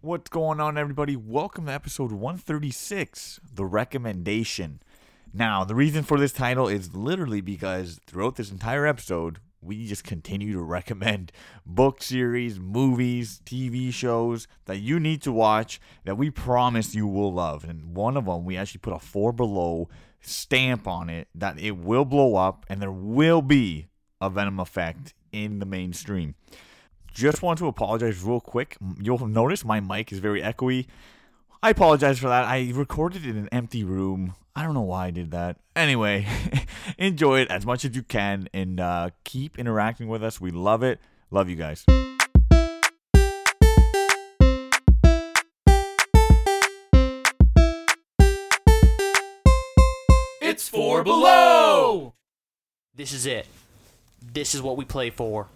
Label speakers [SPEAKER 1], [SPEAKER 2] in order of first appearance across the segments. [SPEAKER 1] What's going on, everybody? Welcome to episode 136, The Recommendation. Now, the reason for this title is literally because throughout this entire episode, we just continue to recommend book series, movies, TV shows that you need to watch that we promise you will love. And one of them, we actually put a four below stamp on it that it will blow up and there will be a Venom effect in the mainstream just want to apologize real quick. You'll notice my mic is very echoey. I apologize for that. I recorded in an empty room. I don't know why I did that. Anyway, enjoy it as much as you can and uh, keep interacting with us. We love it. Love you guys.
[SPEAKER 2] It's four below. This is it. This is what we play for.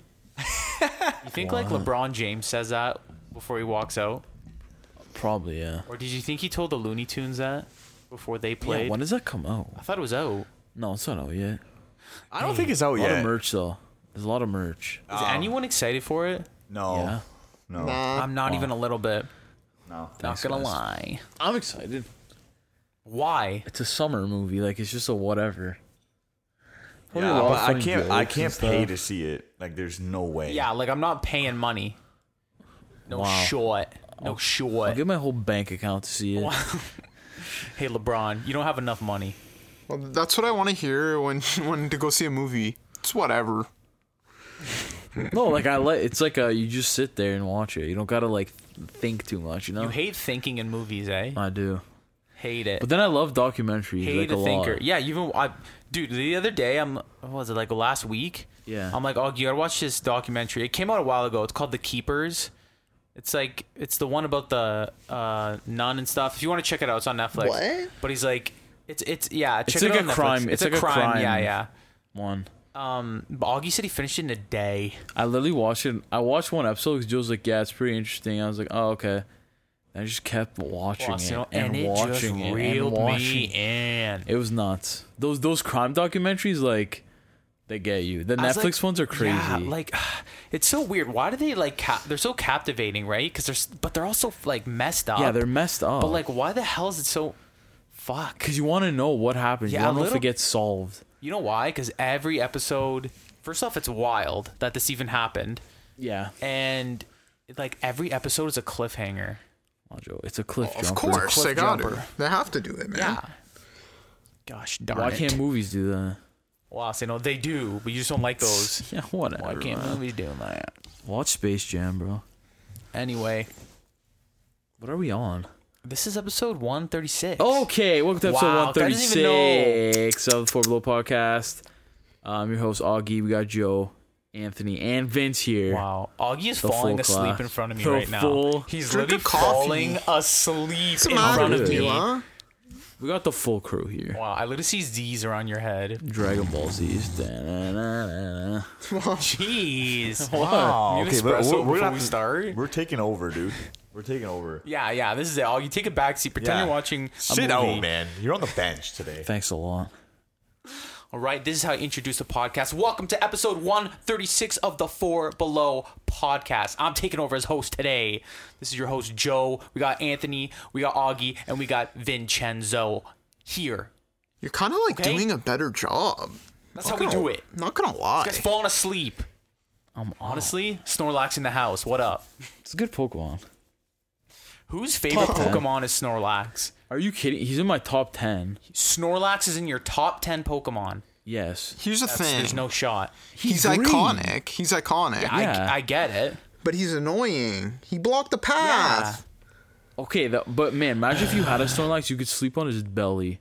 [SPEAKER 2] you think like LeBron James says that before he walks out,
[SPEAKER 3] Probably, yeah.
[SPEAKER 2] or did you think he told the Looney Tunes that before they played?
[SPEAKER 3] Yeah, when does that come out?
[SPEAKER 2] I thought it was out.
[SPEAKER 3] No, it's not out yet.
[SPEAKER 1] I don't think it's out
[SPEAKER 3] A lot of
[SPEAKER 1] yet.
[SPEAKER 3] merch though. There's a lot of merch.
[SPEAKER 2] Is anyone excited for it?
[SPEAKER 1] No,
[SPEAKER 3] Yeah.
[SPEAKER 1] no,
[SPEAKER 2] I'm not even a little bit.
[SPEAKER 1] no.
[SPEAKER 2] Not gonna lie.
[SPEAKER 3] I'm excited.
[SPEAKER 2] Why?
[SPEAKER 3] It's a summer movie, like it's just a whatever. Probably a
[SPEAKER 1] Yeah,
[SPEAKER 3] lot of
[SPEAKER 1] but I
[SPEAKER 3] funny
[SPEAKER 1] can't. I
[SPEAKER 3] jokes and
[SPEAKER 1] can't pay
[SPEAKER 3] stuff.
[SPEAKER 1] to see it. Like, there's no way.
[SPEAKER 2] Yeah, like I'm not paying money. No
[SPEAKER 3] Wow.
[SPEAKER 2] short. No
[SPEAKER 3] I'll
[SPEAKER 2] short.
[SPEAKER 3] give my whole bank account to see it.
[SPEAKER 2] Hey LeBron, you don't have enough money.
[SPEAKER 4] Well, that's what I want to hear when when to go see a movie. It's whatever.
[SPEAKER 3] no, like I like. It's like uh, you just sit there and watch it. You don't gotta like think too much. You know.
[SPEAKER 2] You hate thinking in movies, eh?
[SPEAKER 3] I do.
[SPEAKER 2] Hate it.
[SPEAKER 3] But then I love documentaries.
[SPEAKER 2] Hey,
[SPEAKER 3] like
[SPEAKER 2] the
[SPEAKER 3] a
[SPEAKER 2] thinker.
[SPEAKER 3] lot.
[SPEAKER 2] Yeah, you've been. I, dude, the other day, I'm. What was it like last week?
[SPEAKER 3] Yeah.
[SPEAKER 2] I'm like, oh, you gotta watch this documentary. It came out a while ago. It's called The Keepers. It's like it's the one about the uh, nun and stuff. If you want to check it out, it's on Netflix.
[SPEAKER 5] What?
[SPEAKER 2] But he's like, it's it's yeah. Check
[SPEAKER 3] It's
[SPEAKER 2] it
[SPEAKER 3] like
[SPEAKER 2] out
[SPEAKER 3] a
[SPEAKER 2] on Netflix.
[SPEAKER 3] crime-
[SPEAKER 2] It's,
[SPEAKER 3] it's
[SPEAKER 2] a,
[SPEAKER 3] like a
[SPEAKER 2] crime. Yeah,
[SPEAKER 3] crime.
[SPEAKER 2] yeah.
[SPEAKER 3] One.
[SPEAKER 2] Um, but Augie said he finished it in a day.
[SPEAKER 3] I literally watched it. I watched one episode because Joe's like, "Yeah, it's pretty interesting." I was like, "Oh, okay." And I just kept watching
[SPEAKER 2] Plus,
[SPEAKER 3] it
[SPEAKER 2] you know,
[SPEAKER 3] and,
[SPEAKER 2] it
[SPEAKER 3] watching
[SPEAKER 2] just
[SPEAKER 3] it and
[SPEAKER 2] reeled
[SPEAKER 3] watching.
[SPEAKER 2] me in.
[SPEAKER 3] It was nuts. Those those crime documentaries, like, they get you. The
[SPEAKER 2] I was
[SPEAKER 3] Netflix
[SPEAKER 2] like,
[SPEAKER 3] ones are crazy.
[SPEAKER 2] Yeah, like it's so weird. Why do they like cap- they're so captivating, right? Because they're s- but they're also like messed up.
[SPEAKER 3] yeah, they're messed up.
[SPEAKER 2] uh, But like, why the hell is it so? Fuck.
[SPEAKER 3] because you want to know what happens.
[SPEAKER 2] Yeah,
[SPEAKER 3] you
[SPEAKER 2] a
[SPEAKER 3] want to know if
[SPEAKER 2] little-
[SPEAKER 3] it gets solved.
[SPEAKER 2] You know why? Because every episode. First off, it's wild that this even happened,
[SPEAKER 3] Yeah,
[SPEAKER 2] and like every episode is a cliffhanger.
[SPEAKER 3] Mojo, it's a cliff
[SPEAKER 4] Of
[SPEAKER 3] jumper.
[SPEAKER 4] course, they got
[SPEAKER 2] jumper.
[SPEAKER 4] to. They have to do it, man.
[SPEAKER 2] Yeah. Gosh darn
[SPEAKER 3] Why
[SPEAKER 2] it.
[SPEAKER 3] can't movies do that?
[SPEAKER 2] Wow, so, you know they do, but you just don't like those.
[SPEAKER 3] Yeah, whatever.
[SPEAKER 2] Why can't
[SPEAKER 3] man.
[SPEAKER 2] movies do that?
[SPEAKER 3] Watch Space Jam, bro.
[SPEAKER 2] Anyway,
[SPEAKER 3] What are we on?
[SPEAKER 2] this is episode one thirty six.
[SPEAKER 3] Okay, welcome to episode
[SPEAKER 2] Wow, I didn't even know.
[SPEAKER 3] 136 of the Four Below podcast. I'm your host Augie. We got Joe, Anthony, and Vince here.
[SPEAKER 2] Wow, Augie is
[SPEAKER 3] The
[SPEAKER 2] falling
[SPEAKER 3] full
[SPEAKER 2] asleep
[SPEAKER 3] class.
[SPEAKER 2] in front of me
[SPEAKER 3] The
[SPEAKER 2] right now.
[SPEAKER 3] full-
[SPEAKER 2] He's
[SPEAKER 4] Drink
[SPEAKER 2] literally
[SPEAKER 4] a coffee.
[SPEAKER 2] falling asleep
[SPEAKER 4] What's the
[SPEAKER 2] in
[SPEAKER 4] matter
[SPEAKER 2] front of
[SPEAKER 4] with
[SPEAKER 2] me.
[SPEAKER 4] you, huh?
[SPEAKER 3] We got the full crew here.
[SPEAKER 2] Wow, I literally see Z's around your head.
[SPEAKER 3] Dragon Ball Z's. Da-na-na-na-na.
[SPEAKER 2] Jeez.
[SPEAKER 1] Wow.
[SPEAKER 2] You need
[SPEAKER 1] Oh, Okay, but
[SPEAKER 2] espresso
[SPEAKER 1] we're, we're
[SPEAKER 2] before
[SPEAKER 1] not-
[SPEAKER 2] we start?
[SPEAKER 1] We're taking over, dude. We're taking over.
[SPEAKER 2] Yeah, yeah. This is it. Augie, take a back seat. Pretend
[SPEAKER 1] Yeah.
[SPEAKER 2] you're watching. A
[SPEAKER 1] Sit
[SPEAKER 2] movie.
[SPEAKER 1] down, man. You're on the bench today.
[SPEAKER 3] Thanks a lot.
[SPEAKER 2] All right, this is how I introduce the podcast. Welcome to episode 136 of the Four Below podcast. I'm taking over as host today. This is your host, Joe. We got Anthony, we got Augie, and we got Vincenzo here.
[SPEAKER 4] You're kind of like
[SPEAKER 2] Okay.
[SPEAKER 4] doing a better job.
[SPEAKER 2] That's how we do it.
[SPEAKER 4] Not gonna lie.
[SPEAKER 2] Guys falling asleep.
[SPEAKER 3] I'm honest.
[SPEAKER 2] Honestly, Snorlax in the house. What up?
[SPEAKER 3] It's a good Pokemon.
[SPEAKER 2] Whose favorite
[SPEAKER 3] ten.
[SPEAKER 2] Pokemon is Snorlax?
[SPEAKER 3] Are you kidding? He's in my top ten.
[SPEAKER 2] Snorlax is in your top 10 Pokemon.
[SPEAKER 3] Yes.
[SPEAKER 4] Here's the
[SPEAKER 2] There's
[SPEAKER 4] thing.
[SPEAKER 2] no shot.
[SPEAKER 4] he's
[SPEAKER 3] green.
[SPEAKER 4] iconic. He's iconic.
[SPEAKER 3] Yeah.
[SPEAKER 2] I, I get it.
[SPEAKER 4] But he's annoying. He blocked the
[SPEAKER 2] Yeah.
[SPEAKER 4] path.
[SPEAKER 3] Okay, that, but man, imagine if you had a Snorlax, you could sleep on his belly,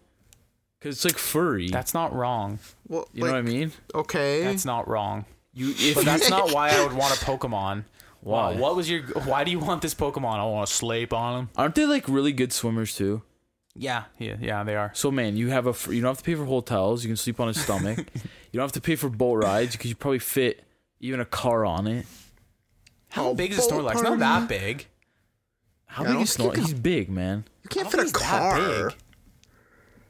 [SPEAKER 3] cause it's like furry.
[SPEAKER 2] That's not wrong.
[SPEAKER 4] Well,
[SPEAKER 3] you know what I mean?
[SPEAKER 4] Okay.
[SPEAKER 2] That's not wrong.
[SPEAKER 3] You if
[SPEAKER 2] But that's not why I would want a Pokemon. Wow.
[SPEAKER 3] Why?
[SPEAKER 2] What was your? Why do you want this Pokemon? I want to sleep on him.
[SPEAKER 3] aren't they like really good swimmers too?
[SPEAKER 2] Yeah, yeah, yeah. They are.
[SPEAKER 3] So man, you have a fr- you don't have to pay for hotels. You can sleep on his stomach. you don't have to pay for boat rides because you probably fit even a car on it.
[SPEAKER 2] How
[SPEAKER 4] Oh,
[SPEAKER 2] big is a
[SPEAKER 4] boat
[SPEAKER 2] Snorlax? Not that
[SPEAKER 4] party.
[SPEAKER 2] big.
[SPEAKER 3] How
[SPEAKER 4] Yeah, I
[SPEAKER 3] big
[SPEAKER 4] don't
[SPEAKER 3] is
[SPEAKER 4] think you
[SPEAKER 3] Snorlax?
[SPEAKER 4] can-
[SPEAKER 3] He's big, man.
[SPEAKER 4] you can't
[SPEAKER 2] I
[SPEAKER 4] fit
[SPEAKER 2] don't
[SPEAKER 4] a
[SPEAKER 2] think he's that
[SPEAKER 4] car.
[SPEAKER 2] big.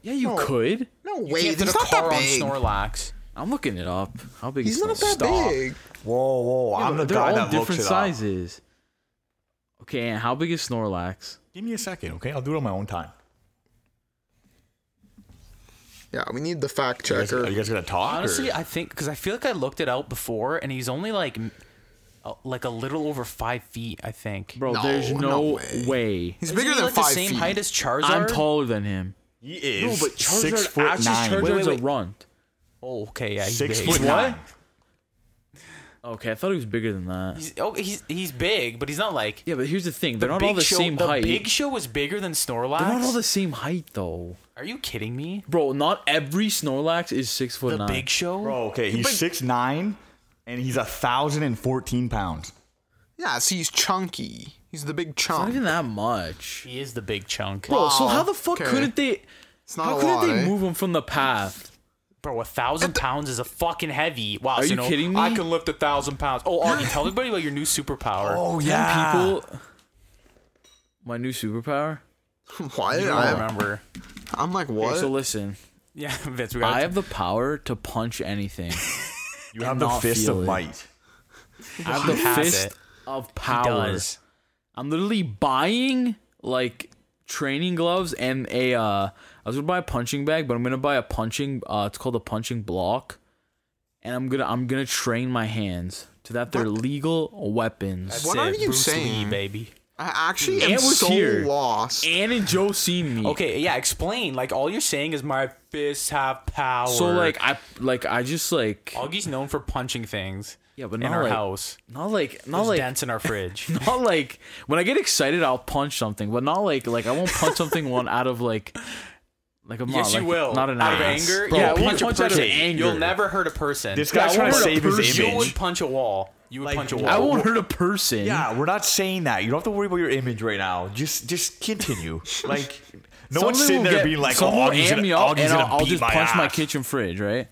[SPEAKER 3] Yeah, you could.
[SPEAKER 4] No
[SPEAKER 2] You
[SPEAKER 4] way.
[SPEAKER 2] can't fit
[SPEAKER 4] he's
[SPEAKER 2] a
[SPEAKER 4] not
[SPEAKER 2] car
[SPEAKER 4] that
[SPEAKER 2] on
[SPEAKER 4] big.
[SPEAKER 2] Snorlax.
[SPEAKER 3] I'm looking it up. How big
[SPEAKER 4] He's
[SPEAKER 3] is
[SPEAKER 4] not
[SPEAKER 3] Snorlax?
[SPEAKER 4] that
[SPEAKER 2] Stop.
[SPEAKER 4] big.
[SPEAKER 1] Whoa, whoa! I'm the
[SPEAKER 3] They're
[SPEAKER 1] guy
[SPEAKER 3] all
[SPEAKER 1] that looks
[SPEAKER 3] different
[SPEAKER 1] it up.
[SPEAKER 3] sizes. Okay, and how big is Snorlax?
[SPEAKER 1] Give me a second, okay? I'll do it on my own time.
[SPEAKER 4] Yeah, we need the fact
[SPEAKER 1] You guys,
[SPEAKER 4] checker.
[SPEAKER 1] are you guys gonna talk? or-
[SPEAKER 2] Honestly, I think because I feel like I looked it out before, and he's only like, m- uh, like a little over five feet. I think.
[SPEAKER 3] Bro,
[SPEAKER 4] No,
[SPEAKER 3] there's no,
[SPEAKER 4] no
[SPEAKER 3] way.
[SPEAKER 4] way. He's bigger
[SPEAKER 2] Isn't he,
[SPEAKER 4] than
[SPEAKER 2] like
[SPEAKER 4] five
[SPEAKER 2] the same
[SPEAKER 4] feet.
[SPEAKER 2] height as Charizard.
[SPEAKER 3] I'm taller than him.
[SPEAKER 1] he is
[SPEAKER 3] but Charizard
[SPEAKER 1] six foot
[SPEAKER 3] actually
[SPEAKER 1] nine.
[SPEAKER 3] Charizard's
[SPEAKER 2] Wait, wait, wait.
[SPEAKER 3] a runt.
[SPEAKER 2] Oh, okay, yeah, he's
[SPEAKER 1] six
[SPEAKER 2] big.
[SPEAKER 1] foot nine.
[SPEAKER 3] Okay, I thought he was bigger than that.
[SPEAKER 2] He's, oh, he's he's big, but he's not like
[SPEAKER 3] Yeah, but here's the thing:
[SPEAKER 2] the
[SPEAKER 3] they're not
[SPEAKER 2] big
[SPEAKER 3] all the
[SPEAKER 2] show.
[SPEAKER 3] same
[SPEAKER 2] the
[SPEAKER 3] height.
[SPEAKER 2] Big Show was bigger than Snorlax.
[SPEAKER 3] they're not all the same height though,
[SPEAKER 2] Are you kidding me?
[SPEAKER 3] bro. Not every Snorlax is six foot
[SPEAKER 2] The
[SPEAKER 3] nine.
[SPEAKER 2] Big Show.
[SPEAKER 1] Bro, okay, he's six nine, and he's a thousand and fourteen pounds.
[SPEAKER 4] yeah, so he's chunky. He's the big
[SPEAKER 3] It's not
[SPEAKER 4] chunk.
[SPEAKER 3] even that much,
[SPEAKER 2] He is the big chunk.
[SPEAKER 3] bro. so
[SPEAKER 4] Wow,
[SPEAKER 3] how the fuck
[SPEAKER 4] okay.
[SPEAKER 3] couldn't they?
[SPEAKER 4] It's not
[SPEAKER 3] how
[SPEAKER 4] a
[SPEAKER 3] couldn't
[SPEAKER 4] lot.
[SPEAKER 3] they
[SPEAKER 4] eh?
[SPEAKER 3] move him from the path?
[SPEAKER 2] Bro, a thousand pounds is a fucking heavy. Wow,
[SPEAKER 3] Are
[SPEAKER 2] so
[SPEAKER 3] you
[SPEAKER 2] know,
[SPEAKER 3] kidding me?
[SPEAKER 2] I can lift a thousand pounds. Oh, Artie, tell everybody about your new superpower.
[SPEAKER 1] Oh
[SPEAKER 3] Ten
[SPEAKER 1] yeah,
[SPEAKER 3] people. My new superpower.
[SPEAKER 4] Why did
[SPEAKER 2] I
[SPEAKER 4] I?
[SPEAKER 2] don't remember.
[SPEAKER 4] I'm like, what?
[SPEAKER 3] Okay, so listen,
[SPEAKER 2] Yeah, Vince, we got.
[SPEAKER 3] I have the power to punch anything.
[SPEAKER 1] you have the
[SPEAKER 3] cannot
[SPEAKER 1] fist
[SPEAKER 3] feel
[SPEAKER 1] of
[SPEAKER 3] it.
[SPEAKER 1] might.
[SPEAKER 3] I have the
[SPEAKER 2] He has
[SPEAKER 3] fist
[SPEAKER 2] it.
[SPEAKER 3] of
[SPEAKER 2] he
[SPEAKER 3] power.
[SPEAKER 2] does.
[SPEAKER 3] I'm literally buying like training gloves and a uh I was gonna buy a punching bag, but I'm gonna buy a punching uh it's called a punching block. And I'm gonna I'm gonna train my hands to that they're legal weapons.
[SPEAKER 4] What
[SPEAKER 2] That's
[SPEAKER 4] are
[SPEAKER 2] it.
[SPEAKER 4] you
[SPEAKER 2] Bruce
[SPEAKER 4] saying?
[SPEAKER 2] Lee, baby?
[SPEAKER 4] I actually am
[SPEAKER 3] Ant was
[SPEAKER 4] so
[SPEAKER 3] here.
[SPEAKER 4] lost.
[SPEAKER 3] Anne and Joe seen me.
[SPEAKER 2] Okay, yeah, explain. Like all you're saying is my fists have power.
[SPEAKER 3] So like I like I just like
[SPEAKER 2] Augie's known for punching things
[SPEAKER 3] yeah, but
[SPEAKER 2] in
[SPEAKER 3] not
[SPEAKER 2] our
[SPEAKER 3] like
[SPEAKER 2] house.
[SPEAKER 3] not like not
[SPEAKER 2] There's
[SPEAKER 3] like
[SPEAKER 2] dents in our fridge.
[SPEAKER 3] not like when I get excited I'll punch something, but not like like I won't punch something one out of like like I'm
[SPEAKER 2] yes,
[SPEAKER 3] not,
[SPEAKER 2] you
[SPEAKER 3] like,
[SPEAKER 2] will.
[SPEAKER 3] not an
[SPEAKER 2] out of
[SPEAKER 3] ass.
[SPEAKER 2] anger.
[SPEAKER 3] Bro,
[SPEAKER 2] yeah,
[SPEAKER 3] people
[SPEAKER 2] punch, a
[SPEAKER 3] punch out of
[SPEAKER 2] person.
[SPEAKER 3] anger.
[SPEAKER 2] You'll never hurt a person.
[SPEAKER 1] This
[SPEAKER 3] Yeah,
[SPEAKER 1] guy's
[SPEAKER 3] I
[SPEAKER 1] trying to
[SPEAKER 3] wanted a
[SPEAKER 1] save his
[SPEAKER 3] person.
[SPEAKER 1] image.
[SPEAKER 2] you would punch a wall. You would
[SPEAKER 1] Like,
[SPEAKER 2] punch a
[SPEAKER 3] I
[SPEAKER 2] wall.
[SPEAKER 3] won't hurt a person.
[SPEAKER 1] Yeah, we're not saying that. You don't have to worry about your image right now. Just just continue. like no one's
[SPEAKER 3] Someone
[SPEAKER 1] sitting
[SPEAKER 3] will
[SPEAKER 1] there
[SPEAKER 3] get-
[SPEAKER 1] being like,
[SPEAKER 3] someone
[SPEAKER 1] "Oh,
[SPEAKER 3] will
[SPEAKER 1] Augie's
[SPEAKER 3] amp
[SPEAKER 1] gonna,
[SPEAKER 3] me up,
[SPEAKER 1] Augie's
[SPEAKER 3] and
[SPEAKER 1] gonna
[SPEAKER 3] I'll, I'll
[SPEAKER 1] beat
[SPEAKER 3] just
[SPEAKER 1] my
[SPEAKER 3] punch my
[SPEAKER 1] ass."
[SPEAKER 3] kitchen fridge, right?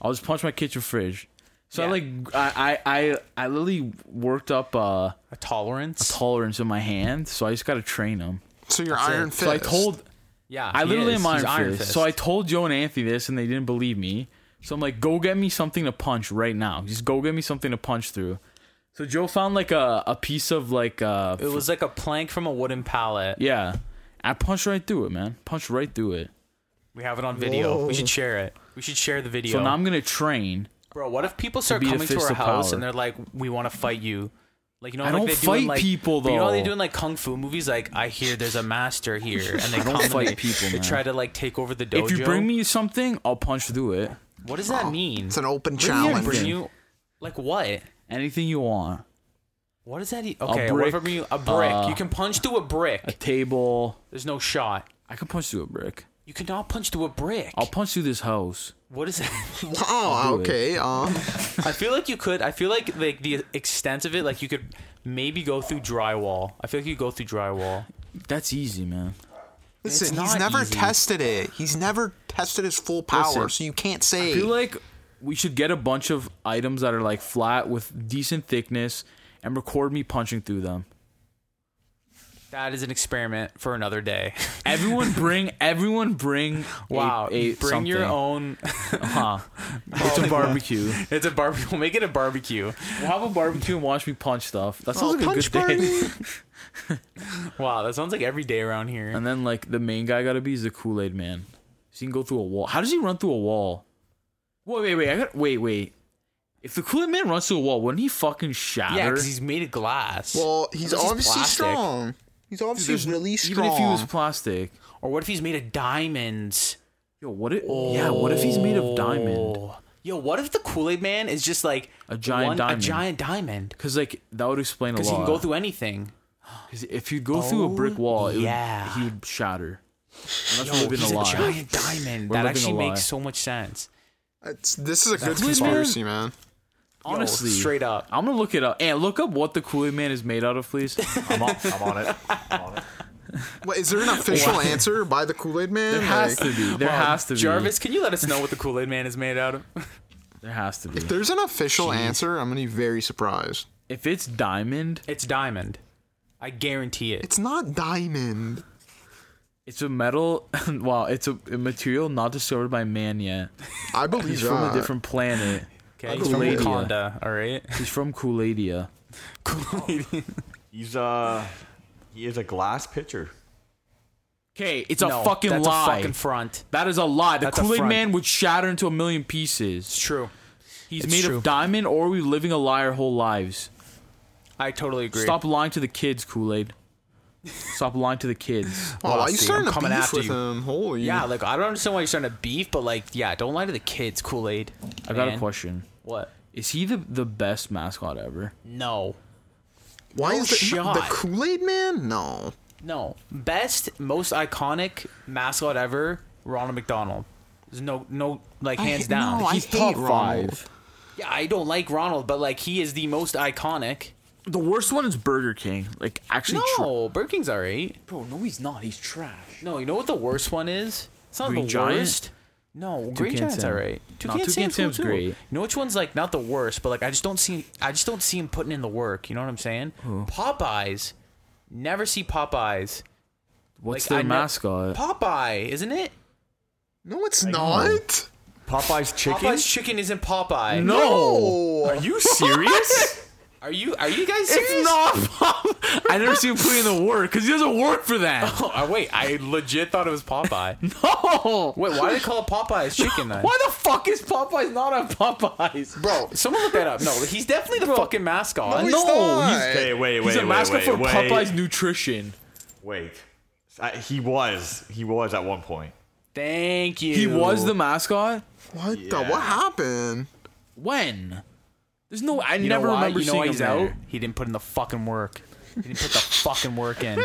[SPEAKER 3] I'll just punch my kitchen fridge. So
[SPEAKER 2] Yeah.
[SPEAKER 3] I like I, I I I literally worked up a
[SPEAKER 2] a tolerance.
[SPEAKER 3] tolerance in my hand, so I just got to train them.
[SPEAKER 4] so your iron fist.
[SPEAKER 3] So I told
[SPEAKER 2] yeah, he
[SPEAKER 3] I literally
[SPEAKER 2] is.
[SPEAKER 3] am Iron,
[SPEAKER 2] He's
[SPEAKER 3] Fist. So I told Joe and Anthony this, and they didn't believe me. So I'm like, go get me something to punch right now. Just go get me something to punch through. So Joe found like a, a piece of like uh
[SPEAKER 2] it was like a plank from a wooden pallet.
[SPEAKER 3] yeah. I punched right through it, man. Punched right through it.
[SPEAKER 2] We have it on video. We should share it. We should share the video.
[SPEAKER 3] So now I'm gonna train.
[SPEAKER 2] Bro, what if people start
[SPEAKER 3] Uh, be the
[SPEAKER 2] coming to
[SPEAKER 3] fist
[SPEAKER 2] our
[SPEAKER 3] of
[SPEAKER 2] house
[SPEAKER 3] power.
[SPEAKER 2] and they're like, "We want to fight you." Like you know,
[SPEAKER 3] I
[SPEAKER 2] like
[SPEAKER 3] don't
[SPEAKER 2] they do
[SPEAKER 3] fight
[SPEAKER 2] in, like,
[SPEAKER 3] people,
[SPEAKER 2] but You know, how they
[SPEAKER 3] though.
[SPEAKER 2] do in like kung fu movies. Like I hear there's a master here, and they
[SPEAKER 3] don't
[SPEAKER 2] come and
[SPEAKER 3] fight
[SPEAKER 2] they-
[SPEAKER 3] people,
[SPEAKER 2] They
[SPEAKER 3] man.
[SPEAKER 2] try to like take over the dojo.
[SPEAKER 3] If you bring me something, I'll punch through it.
[SPEAKER 2] what does
[SPEAKER 3] "Oh,
[SPEAKER 2] that mean?
[SPEAKER 4] Oh, it's an open
[SPEAKER 2] Bring you-
[SPEAKER 4] challenge.
[SPEAKER 2] Bring you, like what?
[SPEAKER 3] Anything you want.
[SPEAKER 2] What is that? E- okay,
[SPEAKER 3] brick,
[SPEAKER 2] what if I bring you a brick?
[SPEAKER 3] uh,
[SPEAKER 2] you can punch through a
[SPEAKER 3] A
[SPEAKER 2] brick.
[SPEAKER 3] table.
[SPEAKER 2] There's no shot.
[SPEAKER 3] I can punch through a brick.
[SPEAKER 2] You cannot punch through a brick.
[SPEAKER 3] I'll punch through this house.
[SPEAKER 2] What is that?
[SPEAKER 4] Wow.
[SPEAKER 3] do it.
[SPEAKER 4] Okay. Um.
[SPEAKER 2] I feel like you could. I feel like like the extent of it, like you could maybe go through drywall. I feel like you go through drywall.
[SPEAKER 3] That's easy, man.
[SPEAKER 4] Listen, he's
[SPEAKER 2] not
[SPEAKER 4] never
[SPEAKER 2] easy.
[SPEAKER 4] tested it. He's never tested his full power,
[SPEAKER 3] Listen,
[SPEAKER 4] so you can't say.
[SPEAKER 3] I feel like we should get a bunch of items that are like flat with decent thickness and record me punching through them.
[SPEAKER 2] That is an experiment for another day.
[SPEAKER 3] Everyone bring everyone bring a-
[SPEAKER 2] Wow,
[SPEAKER 3] a,
[SPEAKER 2] bring your
[SPEAKER 3] something.
[SPEAKER 2] own.
[SPEAKER 3] huh. It's a barbecue.
[SPEAKER 2] it's a barbecue. We'll make it a barbecue.
[SPEAKER 3] We'll have a barbecue and watch me punch stuff. That
[SPEAKER 4] Oh,
[SPEAKER 3] sounds like a
[SPEAKER 4] punch
[SPEAKER 3] good day.
[SPEAKER 4] party.
[SPEAKER 2] Wow, that sounds like every day around here.
[SPEAKER 3] And then like the main guy gotta be is the Kool Aid man. So he can go through a wall. How does he run through a wall? Wait, wait, wait. I got wait, wait. If the Kool Aid man runs through a wall, wouldn't he fucking shatter?
[SPEAKER 2] Yeah, because he's made of glass.
[SPEAKER 4] well, he's
[SPEAKER 2] Unless
[SPEAKER 4] obviously
[SPEAKER 2] plastic.
[SPEAKER 4] strong. He's obviously
[SPEAKER 3] There's-
[SPEAKER 4] really strong.
[SPEAKER 3] Even if he was plastic.
[SPEAKER 2] Or what if he's made of diamonds?
[SPEAKER 3] Yo, what if? Yeah, what if he's made of diamond?
[SPEAKER 2] Oh. Yo, what if the Kool Aid Man is just like
[SPEAKER 3] A giant
[SPEAKER 2] one-
[SPEAKER 3] diamond.
[SPEAKER 2] A giant diamond.
[SPEAKER 3] Because like that would explain a lot.
[SPEAKER 2] Because he can go through anything.
[SPEAKER 3] 'Cause if you go through a brick wall, it would,
[SPEAKER 2] yeah.
[SPEAKER 3] he would shatter. And that's
[SPEAKER 2] Yo,
[SPEAKER 3] living
[SPEAKER 2] he's
[SPEAKER 3] a
[SPEAKER 2] a,
[SPEAKER 3] lie.
[SPEAKER 2] giant diamond.
[SPEAKER 3] We're
[SPEAKER 2] that
[SPEAKER 3] living
[SPEAKER 2] actually
[SPEAKER 3] a lie.
[SPEAKER 2] makes so much sense.
[SPEAKER 4] It's- this is a good
[SPEAKER 3] Kool-Aid Man-
[SPEAKER 4] conspiracy, man.
[SPEAKER 2] Yo,
[SPEAKER 3] Honestly,
[SPEAKER 2] straight up.
[SPEAKER 3] I'm gonna look it up. And look up what the Kool Aid Man is made out of, please.
[SPEAKER 1] I'm on, I'm on it. I'm on it.
[SPEAKER 4] Wait, is there an official answer by the Kool Aid Man?
[SPEAKER 3] There has
[SPEAKER 4] Like,
[SPEAKER 3] to be. There
[SPEAKER 2] Wow,
[SPEAKER 3] has to be.
[SPEAKER 2] Jarvis, can you let us know what the Kool Aid Man is made out of?
[SPEAKER 3] There has to be.
[SPEAKER 4] if there's an official answer, I'm gonna be very surprised.
[SPEAKER 3] If it's diamond,
[SPEAKER 2] It's diamond. I guarantee it.
[SPEAKER 4] It's not diamond.
[SPEAKER 3] it's a metal. wow, it's a, a material not discovered by man yet.
[SPEAKER 4] I believe
[SPEAKER 3] He's from
[SPEAKER 4] that.
[SPEAKER 3] a different planet.
[SPEAKER 2] Okay,
[SPEAKER 4] believe
[SPEAKER 2] from
[SPEAKER 4] it.
[SPEAKER 2] Wakanda, all right?
[SPEAKER 3] He's from Kool Aid.
[SPEAKER 2] Kool Aid.
[SPEAKER 1] He's uh He is a glass pitcher.
[SPEAKER 3] Okay, it's a
[SPEAKER 2] No,
[SPEAKER 3] fucking
[SPEAKER 2] that's
[SPEAKER 3] lie.
[SPEAKER 2] A fucking front.
[SPEAKER 3] that is a lie. The
[SPEAKER 2] That's a
[SPEAKER 3] Kool Aid
[SPEAKER 2] front.
[SPEAKER 3] Man would shatter into a million
[SPEAKER 2] It's
[SPEAKER 3] pieces.
[SPEAKER 2] true.
[SPEAKER 3] He's
[SPEAKER 2] It's
[SPEAKER 3] made
[SPEAKER 2] true.
[SPEAKER 3] of diamond, or are we living a lie our whole lives?
[SPEAKER 2] I totally agree.
[SPEAKER 3] Stop lying to the kids, Kool Aid. Stop lying to the kids.
[SPEAKER 4] Oh, are you
[SPEAKER 2] Rusty,
[SPEAKER 4] starting
[SPEAKER 2] I'm
[SPEAKER 4] to
[SPEAKER 2] coming
[SPEAKER 4] beef
[SPEAKER 2] after
[SPEAKER 4] with
[SPEAKER 2] you.
[SPEAKER 4] him? Holy.
[SPEAKER 2] Yeah, like I don't understand why you're starting to beef, but like, yeah, don't lie to the kids, Kool Aid.
[SPEAKER 3] I got a question.
[SPEAKER 2] What?
[SPEAKER 3] Is he the the best mascot ever?
[SPEAKER 2] No,
[SPEAKER 4] Why
[SPEAKER 2] no
[SPEAKER 4] is the,
[SPEAKER 2] shot.
[SPEAKER 4] the Kool Aid Man? No.
[SPEAKER 2] no. Best, most iconic mascot ever, Ronald McDonald. There's no, no, like hands
[SPEAKER 4] hate-
[SPEAKER 2] down.
[SPEAKER 4] no, I
[SPEAKER 3] He's
[SPEAKER 4] hate
[SPEAKER 3] top
[SPEAKER 4] Ronald.
[SPEAKER 3] five.
[SPEAKER 2] yeah, I don't like Ronald, but like he is the most iconic.
[SPEAKER 3] The worst one is Burger King. Like actually, tra-
[SPEAKER 2] No, Burger King's alright.
[SPEAKER 3] bro, no, he's not. He's trash.
[SPEAKER 2] No, you know what the worst one is? It's not
[SPEAKER 3] Green
[SPEAKER 2] the
[SPEAKER 3] Giant?
[SPEAKER 2] worst. No, Green
[SPEAKER 3] Toucan
[SPEAKER 2] Giant's
[SPEAKER 3] Sam.
[SPEAKER 2] alright.
[SPEAKER 3] No,
[SPEAKER 2] Toucan
[SPEAKER 3] Toucan
[SPEAKER 2] Sam's, cool
[SPEAKER 3] Sam's
[SPEAKER 2] too.
[SPEAKER 3] great.
[SPEAKER 2] You know which one's like not the worst, but like I just don't see I just don't see him putting in the work. You know what I'm saying? Popeyes. Never see Popeyes.
[SPEAKER 3] What's
[SPEAKER 2] Like,
[SPEAKER 3] their
[SPEAKER 2] I ne-
[SPEAKER 3] mascot?
[SPEAKER 2] Popeye, isn't it?
[SPEAKER 4] No, it's not.
[SPEAKER 1] Popeye's chicken.
[SPEAKER 2] Popeye's chicken isn't Popeye.
[SPEAKER 1] Are you serious?
[SPEAKER 2] Are you are you guys serious?
[SPEAKER 3] It's not. Popeye. I never see him put in the work because he doesn't work for that.
[SPEAKER 2] Oh, uh, wait, I legit thought it was Popeye. wait,
[SPEAKER 3] No.
[SPEAKER 2] why do they call it Popeye's chicken then?
[SPEAKER 3] Why the fuck is Popeyes not on Popeyes?
[SPEAKER 4] Bro.
[SPEAKER 2] Someone look that up. No, he's definitely the fucking mascot.
[SPEAKER 4] he's
[SPEAKER 3] no,
[SPEAKER 4] not.
[SPEAKER 3] he's-
[SPEAKER 1] hey, wait, wait,
[SPEAKER 3] He's a
[SPEAKER 1] wait,
[SPEAKER 3] mascot
[SPEAKER 1] wait,
[SPEAKER 3] for
[SPEAKER 1] wait,
[SPEAKER 3] Popeyes Nutrition.
[SPEAKER 1] Wait, I, he was, he was at one point.
[SPEAKER 2] Thank you.
[SPEAKER 3] He was the mascot.
[SPEAKER 4] What the?
[SPEAKER 1] Yeah.
[SPEAKER 4] What happened?
[SPEAKER 3] When? There's no. I
[SPEAKER 2] You know
[SPEAKER 3] never
[SPEAKER 2] why?
[SPEAKER 3] remember
[SPEAKER 2] you know
[SPEAKER 3] seeing
[SPEAKER 2] why
[SPEAKER 3] him
[SPEAKER 2] he's
[SPEAKER 3] there.
[SPEAKER 2] out. He didn't put in the fucking work. He didn't put the fucking work in.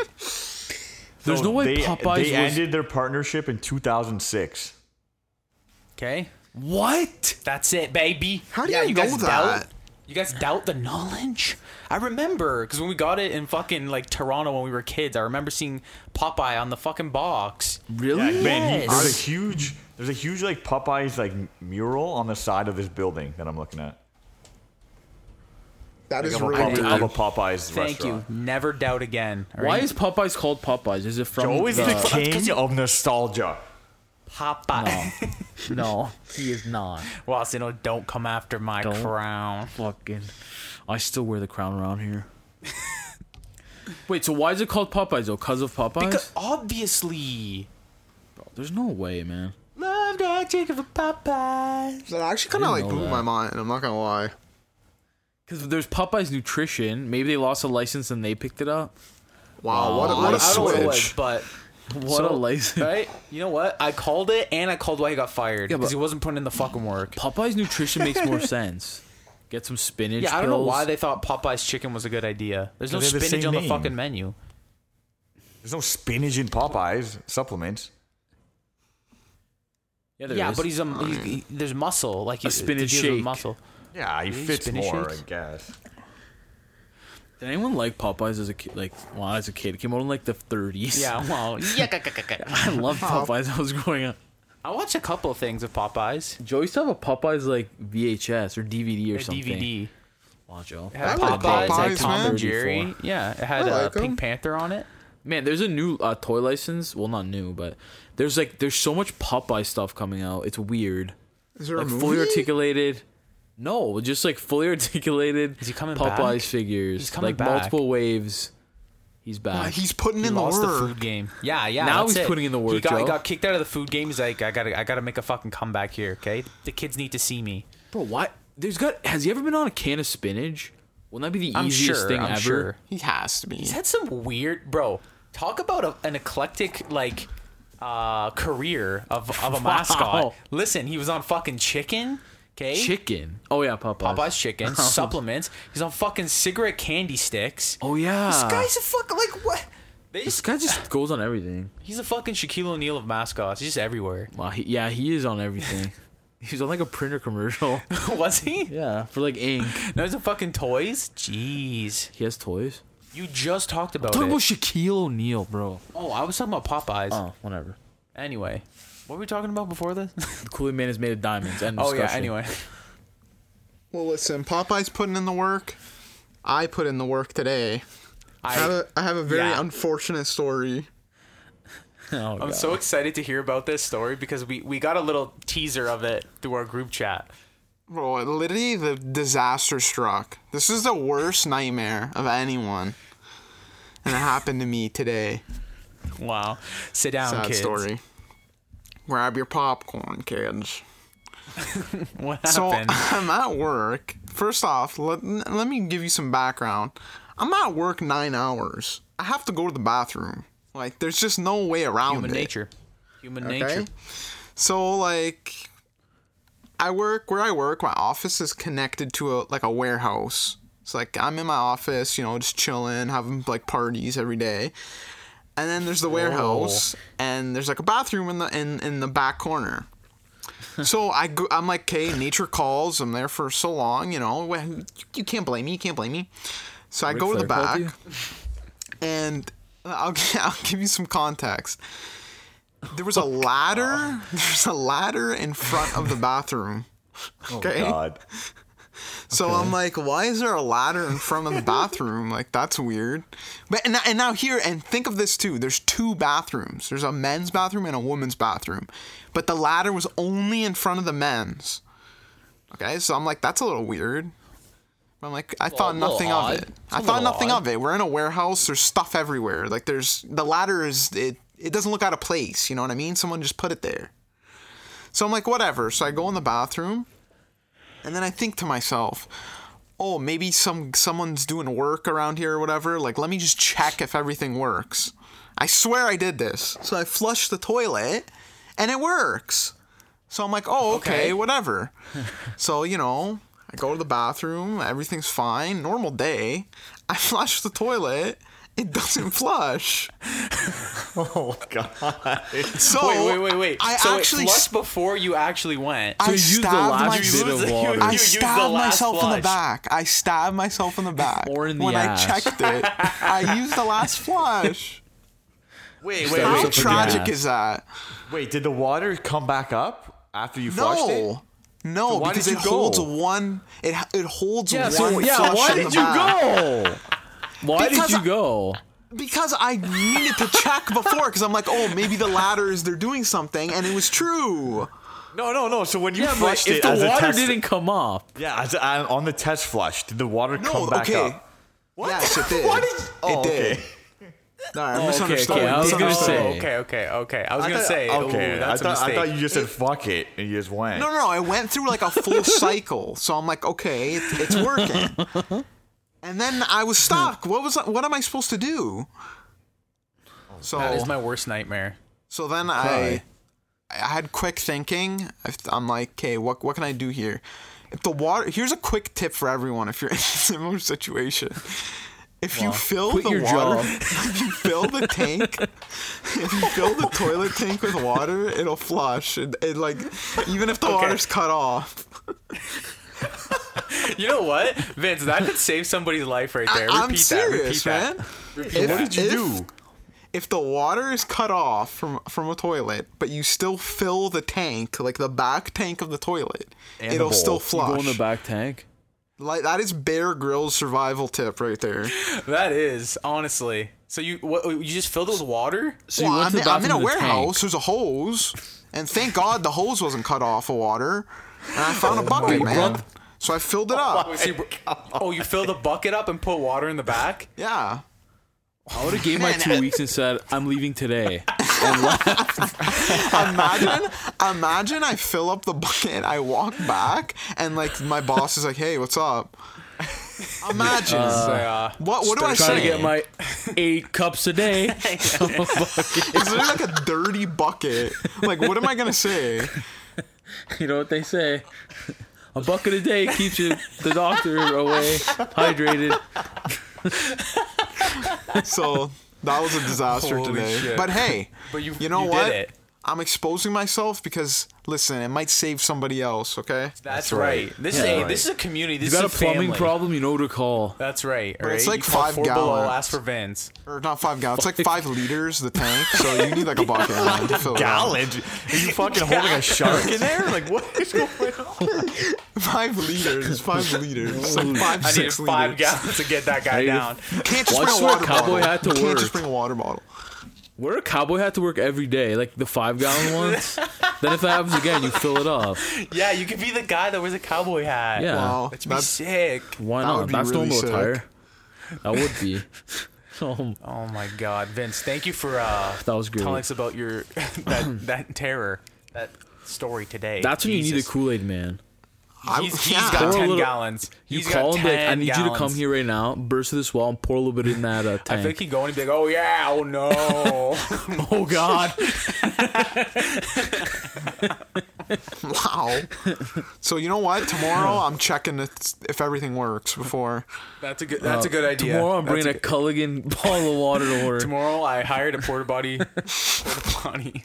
[SPEAKER 3] There's no way
[SPEAKER 1] they,
[SPEAKER 3] Popeyes
[SPEAKER 1] They
[SPEAKER 3] was.
[SPEAKER 1] ended their partnership in 2006.
[SPEAKER 2] Okay,
[SPEAKER 3] What?
[SPEAKER 2] that's it, baby.
[SPEAKER 4] How do
[SPEAKER 2] yeah,
[SPEAKER 4] you
[SPEAKER 2] guys
[SPEAKER 4] know
[SPEAKER 2] doubt?
[SPEAKER 4] that?
[SPEAKER 2] You guys doubt the knowledge? I remember because when we got it in fucking like Toronto when we were kids, I remember seeing Popeye on the fucking box.
[SPEAKER 1] Yeah,
[SPEAKER 3] Really?
[SPEAKER 1] man, he, there's a
[SPEAKER 2] Yes.
[SPEAKER 1] huge, there's a huge like Popeyes like mural on the side of this building that I'm looking at.
[SPEAKER 4] That is
[SPEAKER 1] Of a,
[SPEAKER 4] really
[SPEAKER 1] Popeye- of
[SPEAKER 4] weird.
[SPEAKER 1] a Popeyes
[SPEAKER 2] Thank
[SPEAKER 1] restaurant.
[SPEAKER 2] you. Never doubt again. all
[SPEAKER 3] Why
[SPEAKER 2] right?
[SPEAKER 3] is Popeyes called Popeyes? Is it from
[SPEAKER 1] Always
[SPEAKER 3] the-
[SPEAKER 1] the king of nostalgia.
[SPEAKER 2] Popeye?
[SPEAKER 3] No, he is not.
[SPEAKER 2] Well, you know, don't come after my
[SPEAKER 3] Don't.
[SPEAKER 2] crown.
[SPEAKER 3] Fucking. I still wear the crown around here. Wait, so why is it called Popeyes though? Cause of Popeyes?
[SPEAKER 2] Because obviously,
[SPEAKER 3] There's no way, man.
[SPEAKER 2] love dog chicken for Popeye.
[SPEAKER 4] That actually kind of
[SPEAKER 3] I
[SPEAKER 4] like
[SPEAKER 3] didn't know
[SPEAKER 4] blew my
[SPEAKER 3] that.
[SPEAKER 4] mind. I'm not gonna lie.
[SPEAKER 3] Because there's Popeyes Nutrition. Maybe they lost a license and they picked it up.
[SPEAKER 4] Wow, what a,
[SPEAKER 2] I
[SPEAKER 4] what a
[SPEAKER 2] don't know what it was,
[SPEAKER 4] switch.
[SPEAKER 2] but
[SPEAKER 3] What a
[SPEAKER 2] So-
[SPEAKER 3] license!
[SPEAKER 2] right? You know what? I called it, and I called why he got fired
[SPEAKER 3] Yeah,
[SPEAKER 2] because
[SPEAKER 3] but-
[SPEAKER 2] he wasn't putting in the fucking work.
[SPEAKER 3] Popeyes Nutrition makes more sense. Get some spinach.
[SPEAKER 2] Yeah, I don't know
[SPEAKER 3] pills.
[SPEAKER 2] why they thought Popeye's chicken was a good idea. There's no
[SPEAKER 1] They have the
[SPEAKER 2] spinach
[SPEAKER 1] same
[SPEAKER 2] on the
[SPEAKER 1] name.
[SPEAKER 2] fucking menu.
[SPEAKER 1] There's no spinach in Popeyes supplements.
[SPEAKER 3] Yeah, there
[SPEAKER 2] yeah,
[SPEAKER 3] is.
[SPEAKER 2] but he's a he's, he, there's muscle like he,
[SPEAKER 3] spinach
[SPEAKER 2] he deals with
[SPEAKER 3] shake.
[SPEAKER 2] muscle.
[SPEAKER 1] Yeah, he
[SPEAKER 2] eat
[SPEAKER 1] fits
[SPEAKER 2] spinach
[SPEAKER 1] more,
[SPEAKER 2] shakes?
[SPEAKER 1] I guess.
[SPEAKER 3] Did anyone like Popeyes as a kid? Like, well, as a kid, it came out in like the 30s.
[SPEAKER 2] Yeah, well, yeah.
[SPEAKER 3] I love Popeyes. I was growing up.
[SPEAKER 2] I watched a couple of things of Popeyes.
[SPEAKER 3] Joe used to have a Popeyes like VHS or DVD or
[SPEAKER 2] Or
[SPEAKER 3] something.
[SPEAKER 2] DVD.
[SPEAKER 3] Wow, Joe.
[SPEAKER 2] It had Popeyes,
[SPEAKER 4] I like
[SPEAKER 2] it had
[SPEAKER 4] Popeyes,
[SPEAKER 2] Tom
[SPEAKER 4] man.
[SPEAKER 2] and Jerry. Yeah, it had
[SPEAKER 4] I
[SPEAKER 2] uh,
[SPEAKER 4] like 'em.
[SPEAKER 2] Pink Panther on it.
[SPEAKER 3] Man, there's a new uh, toy license. Well, not new, but there's like there's so much Popeye stuff coming out. It's weird.
[SPEAKER 4] Is there
[SPEAKER 3] Like
[SPEAKER 4] a
[SPEAKER 3] fully
[SPEAKER 4] movie?
[SPEAKER 3] articulated. No, just like fully articulated.
[SPEAKER 2] Is he coming
[SPEAKER 3] Popeyes
[SPEAKER 2] back?
[SPEAKER 3] figures.
[SPEAKER 2] He's coming
[SPEAKER 3] like
[SPEAKER 2] back.
[SPEAKER 3] multiple waves. He's back.
[SPEAKER 4] Uh, He's putting
[SPEAKER 2] He
[SPEAKER 4] in the
[SPEAKER 2] lost the,
[SPEAKER 4] work.
[SPEAKER 2] food game. Yeah, yeah.
[SPEAKER 3] Now
[SPEAKER 2] that's
[SPEAKER 3] he's
[SPEAKER 2] it.
[SPEAKER 3] putting in the
[SPEAKER 2] He
[SPEAKER 3] work,
[SPEAKER 2] got, he
[SPEAKER 3] Joe.
[SPEAKER 2] got kicked out of the food game. He's like, I gotta, I gotta make a fucking comeback here. Okay, the kids need to see me.
[SPEAKER 3] Bro, why? There's got. Has he ever been on a can of spinach? Wouldn't that be the
[SPEAKER 2] I'm
[SPEAKER 3] easiest
[SPEAKER 2] sure.
[SPEAKER 3] thing
[SPEAKER 2] I'm
[SPEAKER 3] ever?
[SPEAKER 2] sure.
[SPEAKER 4] He has to be.
[SPEAKER 2] He's had some weird, bro. Talk about a, an eclectic like uh career of of a mascot.
[SPEAKER 3] Wow.
[SPEAKER 2] Listen, he was on fucking chicken. Okay.
[SPEAKER 3] Chicken. Oh yeah, Popeyes.
[SPEAKER 2] Popeye's chicken supplements. He's on fucking cigarette candy sticks.
[SPEAKER 3] Oh yeah.
[SPEAKER 2] This guy's a fucking like what? They
[SPEAKER 3] This
[SPEAKER 2] just,
[SPEAKER 3] guy just goes on everything.
[SPEAKER 2] he's a fucking Shaquille O'Neal of mascots. He's just everywhere.
[SPEAKER 3] Wow. He, yeah, he is on everything. He's on like a printer commercial.
[SPEAKER 2] Was he?
[SPEAKER 3] yeah, for like ink.
[SPEAKER 2] No, he's on fucking toys. Jeez.
[SPEAKER 3] He has toys.
[SPEAKER 2] You just talked about
[SPEAKER 3] Talk
[SPEAKER 2] it.
[SPEAKER 3] about Shaquille O'Neal, bro.
[SPEAKER 2] oh, I was talking about Popeyes.
[SPEAKER 3] Oh, whatever.
[SPEAKER 2] Anyway, what were we talking about before this?
[SPEAKER 3] The Kool Aid Man is made of diamonds. End
[SPEAKER 2] oh yeah.
[SPEAKER 3] discussion.
[SPEAKER 2] Anyway,
[SPEAKER 4] Well, listen, Popeye's putting in the work. I put in the work today. I have
[SPEAKER 2] I,
[SPEAKER 4] a, I have a very
[SPEAKER 2] Yeah.
[SPEAKER 4] unfortunate story.
[SPEAKER 3] Oh,
[SPEAKER 2] I'm
[SPEAKER 3] God.
[SPEAKER 2] so excited to hear about this story because we we got a little teaser of it through our group chat.
[SPEAKER 4] Bro, literally the disaster struck. This is the worst nightmare of anyone. and it happened to me today.
[SPEAKER 2] Wow. Sit down,
[SPEAKER 4] Sad
[SPEAKER 2] kids.
[SPEAKER 4] story. Grab your popcorn, kids.
[SPEAKER 2] What
[SPEAKER 4] So
[SPEAKER 2] happened?
[SPEAKER 4] I'm at work. First off, let, let me give you some background. I'm at work nine hours. I have to go to the bathroom. Like, there's just no way around
[SPEAKER 2] Human
[SPEAKER 4] it.
[SPEAKER 2] nature. Human
[SPEAKER 4] Okay.
[SPEAKER 2] nature.
[SPEAKER 4] So like I work where I work, my office is connected to a like a warehouse. It's like I'm in my office, you know, just chilling, having like parties every day. And then there's the warehouse and there's like a bathroom in the in, in the back corner. so I go, I'm like, okay, nature calls. I'm there for so long, you know. wh- You, you can't blame me. You can't blame me. So I
[SPEAKER 3] Ric
[SPEAKER 4] go to the
[SPEAKER 3] Flair called
[SPEAKER 4] back, and I'll I'll give you some context. There was a ladder. There's a ladder in front of the bathroom. Okay.
[SPEAKER 1] God.
[SPEAKER 4] So I'm like, why is there a ladder in front of the bathroom? Like that's weird. But and, and now here and think of this too. There's two bathrooms. There's a men's bathroom and a woman's bathroom, but the ladder was only in front of the men's. Okay, so I'm like, that's a little weird. I'm like, I thought
[SPEAKER 3] little
[SPEAKER 4] nothing
[SPEAKER 3] odd.
[SPEAKER 4] of it.
[SPEAKER 3] It's a
[SPEAKER 4] I thought
[SPEAKER 3] little
[SPEAKER 4] nothing
[SPEAKER 3] odd.
[SPEAKER 4] of it. We're in a warehouse. There's stuff everywhere. Like there's the ladder is it. It doesn't look out of place. You know what I mean? Someone just put it there. So I'm like, whatever. So I go in the bathroom, and then I think to myself, oh, maybe some someone's doing work around here or whatever. Like, let me just check if everything works. I swear I did this. So I flush the toilet, and it works. So I'm like, oh, okay,
[SPEAKER 2] Okay.
[SPEAKER 4] whatever. so you know, I go to the bathroom. Everything's fine, normal day. I flush the toilet. It doesn't flush.
[SPEAKER 1] Oh God.
[SPEAKER 4] So
[SPEAKER 2] Wait, wait, wait, wait.
[SPEAKER 4] I
[SPEAKER 2] so
[SPEAKER 4] actually
[SPEAKER 2] it flushed
[SPEAKER 4] s-
[SPEAKER 2] before you actually went.
[SPEAKER 4] I
[SPEAKER 3] you used the
[SPEAKER 4] stabbed
[SPEAKER 3] last
[SPEAKER 4] my
[SPEAKER 3] bit of
[SPEAKER 2] lose it.
[SPEAKER 3] water.
[SPEAKER 4] I
[SPEAKER 2] You used the
[SPEAKER 4] stabbed
[SPEAKER 2] last
[SPEAKER 4] myself in the
[SPEAKER 2] flush.
[SPEAKER 4] back. I stabbed myself in the back.
[SPEAKER 3] Or in the
[SPEAKER 4] when
[SPEAKER 3] ass.
[SPEAKER 4] I checked it, I used the last flush.
[SPEAKER 1] Wait,
[SPEAKER 3] Stab
[SPEAKER 4] How
[SPEAKER 1] wait,
[SPEAKER 3] yourself
[SPEAKER 1] wait,
[SPEAKER 3] in the
[SPEAKER 4] tragic
[SPEAKER 3] ass.
[SPEAKER 4] is that?
[SPEAKER 1] wait. Did the water come back up after you flushed it?
[SPEAKER 4] No. No,
[SPEAKER 1] why
[SPEAKER 4] because
[SPEAKER 1] did
[SPEAKER 4] it
[SPEAKER 1] you
[SPEAKER 4] holds
[SPEAKER 1] go?
[SPEAKER 4] one. It it holds
[SPEAKER 3] Yeah,
[SPEAKER 4] one.
[SPEAKER 3] so, yeah,
[SPEAKER 4] flush
[SPEAKER 3] why
[SPEAKER 4] in
[SPEAKER 3] did
[SPEAKER 4] the
[SPEAKER 3] you
[SPEAKER 4] back.
[SPEAKER 3] go? Why
[SPEAKER 4] Because
[SPEAKER 3] did
[SPEAKER 4] I-
[SPEAKER 3] you go?
[SPEAKER 4] Because I needed to check before, because I'm like, oh, maybe the ladder is they're doing something, and it was true.
[SPEAKER 1] No, no, no. So when you
[SPEAKER 3] Yeah, but
[SPEAKER 1] flushed
[SPEAKER 3] if
[SPEAKER 1] it,
[SPEAKER 3] the
[SPEAKER 1] as a
[SPEAKER 3] water
[SPEAKER 1] test-
[SPEAKER 3] didn't come up,
[SPEAKER 1] yeah, as a, on the test flush, did the water
[SPEAKER 4] No,
[SPEAKER 1] come back
[SPEAKER 4] okay.
[SPEAKER 1] up? What?
[SPEAKER 4] Yes, it did.
[SPEAKER 1] What is-
[SPEAKER 4] it
[SPEAKER 1] Oh,
[SPEAKER 4] did.
[SPEAKER 1] okay.
[SPEAKER 4] All right, I
[SPEAKER 3] Oh, okay,
[SPEAKER 4] misunderstood.
[SPEAKER 3] okay, I was gonna
[SPEAKER 4] misunderstood.
[SPEAKER 3] say-
[SPEAKER 2] okay, okay, okay. I was gonna
[SPEAKER 1] thought-
[SPEAKER 2] say.
[SPEAKER 1] Okay,
[SPEAKER 2] ooh, oh, that's
[SPEAKER 1] I
[SPEAKER 2] a
[SPEAKER 1] thought
[SPEAKER 2] mistake.
[SPEAKER 1] I thought you just said fuck it and you just went.
[SPEAKER 4] No, no, no. I went through like a full cycle, so I'm like, okay, it's, it's working. and then I was stuck. What was? What am I supposed to do? So,
[SPEAKER 2] that is my worst nightmare.
[SPEAKER 4] so then I, I had quick thinking. I- I'm like, okay, what, what can I do here? If the water, here's a quick tip for everyone. If you're in a similar situation, if you fill
[SPEAKER 3] quit
[SPEAKER 4] the
[SPEAKER 3] your
[SPEAKER 4] water,
[SPEAKER 3] job.
[SPEAKER 4] if you fill the tank, if you fill the toilet tank with water, it'll flush. It, it like, even if the water's cut off.
[SPEAKER 2] You know what, Vince? That could save somebody's life right there. Repeat
[SPEAKER 4] I'm
[SPEAKER 2] that.
[SPEAKER 4] serious,
[SPEAKER 2] repeat
[SPEAKER 4] man.
[SPEAKER 2] that.
[SPEAKER 4] If-
[SPEAKER 1] What did you
[SPEAKER 4] if-
[SPEAKER 1] do?
[SPEAKER 4] If the water is cut off from from a toilet, but you still fill the tank, like the back tank of the toilet,
[SPEAKER 1] the
[SPEAKER 4] it'll
[SPEAKER 1] bowl.
[SPEAKER 4] still
[SPEAKER 1] You
[SPEAKER 3] you go in the
[SPEAKER 4] flush.
[SPEAKER 3] back tank.
[SPEAKER 4] Like that is Bear Grylls survival tip right there.
[SPEAKER 2] That is honestly. So you what? You just filled it with water?
[SPEAKER 3] So
[SPEAKER 4] well,
[SPEAKER 3] you went
[SPEAKER 4] I'm,
[SPEAKER 3] to the
[SPEAKER 4] in- I'm in a
[SPEAKER 3] bathroom with
[SPEAKER 4] warehouse.
[SPEAKER 3] tank.
[SPEAKER 4] There's a hose, and thank God the hose wasn't cut off of water. And I found a bucket,
[SPEAKER 3] Oh my
[SPEAKER 4] man.
[SPEAKER 3] God.
[SPEAKER 4] So I filled it up.
[SPEAKER 2] So you- oh, you filled a bucket up and put water in the back?
[SPEAKER 4] Yeah.
[SPEAKER 3] I would have gave my
[SPEAKER 4] Man,
[SPEAKER 3] two
[SPEAKER 4] I-
[SPEAKER 3] weeks and said, "I'm leaving today."
[SPEAKER 4] imagine imagine I fill up the bucket, I walk back, and like my boss is like, "Hey, what's up?" Imagine
[SPEAKER 2] So, uh,
[SPEAKER 4] what what do I
[SPEAKER 3] Trying
[SPEAKER 4] say?
[SPEAKER 3] to get my eight cups a day.
[SPEAKER 4] It's literally like a dirty bucket. Like, what am I gonna say?
[SPEAKER 3] You know what they say? A bucket a day keeps you the doctor away, hydrated.
[SPEAKER 4] So that was a disaster
[SPEAKER 2] Holy
[SPEAKER 4] today.
[SPEAKER 2] shit.
[SPEAKER 4] But hey,
[SPEAKER 2] But you-
[SPEAKER 4] you know
[SPEAKER 2] you did
[SPEAKER 4] what?
[SPEAKER 2] it.
[SPEAKER 4] I'm exposing myself because listen, it might save somebody else. Okay.
[SPEAKER 2] that's, right.
[SPEAKER 1] right.
[SPEAKER 2] This
[SPEAKER 3] Yeah.
[SPEAKER 2] is a, this is a community. This
[SPEAKER 3] You got a
[SPEAKER 2] is a
[SPEAKER 3] plumbing
[SPEAKER 2] family.
[SPEAKER 3] problem, you know what to call.
[SPEAKER 2] That's right.
[SPEAKER 4] But it's
[SPEAKER 2] alright?
[SPEAKER 4] like
[SPEAKER 2] You call
[SPEAKER 4] five
[SPEAKER 2] four below.
[SPEAKER 4] gallons.
[SPEAKER 2] Ask for Vince.
[SPEAKER 4] Or not five gallons. It's like five liters the tank. So you need like a bucket man, to fill it up.
[SPEAKER 1] Gallon? Are you fucking holding a shark in there? Like what is going on?
[SPEAKER 4] Five liters. Five liters. It's like five
[SPEAKER 2] I needed
[SPEAKER 4] six
[SPEAKER 2] five
[SPEAKER 4] liters.
[SPEAKER 2] gallons to get that guy
[SPEAKER 3] Hey,
[SPEAKER 2] down.
[SPEAKER 4] Can't just
[SPEAKER 3] Why'd you
[SPEAKER 4] bring a
[SPEAKER 3] wear a
[SPEAKER 4] water
[SPEAKER 3] cowboy
[SPEAKER 4] bottle.
[SPEAKER 3] hat to
[SPEAKER 4] you
[SPEAKER 3] work?
[SPEAKER 4] can't just bring a water bottle.
[SPEAKER 3] Wear a cowboy hat to work every day, like the five gallon ones. then if that happens again, you fill it up.
[SPEAKER 2] Yeah, you could be the guy that wears a cowboy hat.
[SPEAKER 3] Yeah.
[SPEAKER 4] Wow,
[SPEAKER 2] That'd be
[SPEAKER 4] that's
[SPEAKER 2] sick.
[SPEAKER 3] Why
[SPEAKER 4] That
[SPEAKER 3] not?
[SPEAKER 4] would be
[SPEAKER 3] That's
[SPEAKER 4] really
[SPEAKER 3] normal
[SPEAKER 4] sick.
[SPEAKER 3] attire. That would be. Oh,
[SPEAKER 2] Oh my God, Vince! Thank you for uh,
[SPEAKER 3] That was
[SPEAKER 2] telling
[SPEAKER 3] great.
[SPEAKER 2] us about your that that terror, that story today.
[SPEAKER 3] that's when you need a
[SPEAKER 2] Jesus.
[SPEAKER 3] Kool Aid man.
[SPEAKER 4] I-
[SPEAKER 2] He's, he's
[SPEAKER 4] yeah.
[SPEAKER 2] got
[SPEAKER 3] Pour a
[SPEAKER 2] ten
[SPEAKER 3] little-
[SPEAKER 2] gallons.
[SPEAKER 3] You
[SPEAKER 2] He's
[SPEAKER 3] call
[SPEAKER 2] got
[SPEAKER 3] him, be like, I
[SPEAKER 2] 10
[SPEAKER 3] need you to come
[SPEAKER 2] gallons.
[SPEAKER 3] here right now, burst through this wall, and pour a little bit in that uh,
[SPEAKER 2] I
[SPEAKER 3] tank.
[SPEAKER 2] think he'd go in and be like, "Oh yeah, oh no."
[SPEAKER 3] oh God,
[SPEAKER 4] Wow. so you know what? Tomorrow I'm checking if, if everything works before.
[SPEAKER 2] that's a good. That's a good idea.
[SPEAKER 3] Uh, tomorrow I'm
[SPEAKER 2] That's
[SPEAKER 3] bringing
[SPEAKER 2] a
[SPEAKER 3] a, Culligan bottle of water to work.
[SPEAKER 2] Tomorrow I hired a porta potty. porta potty.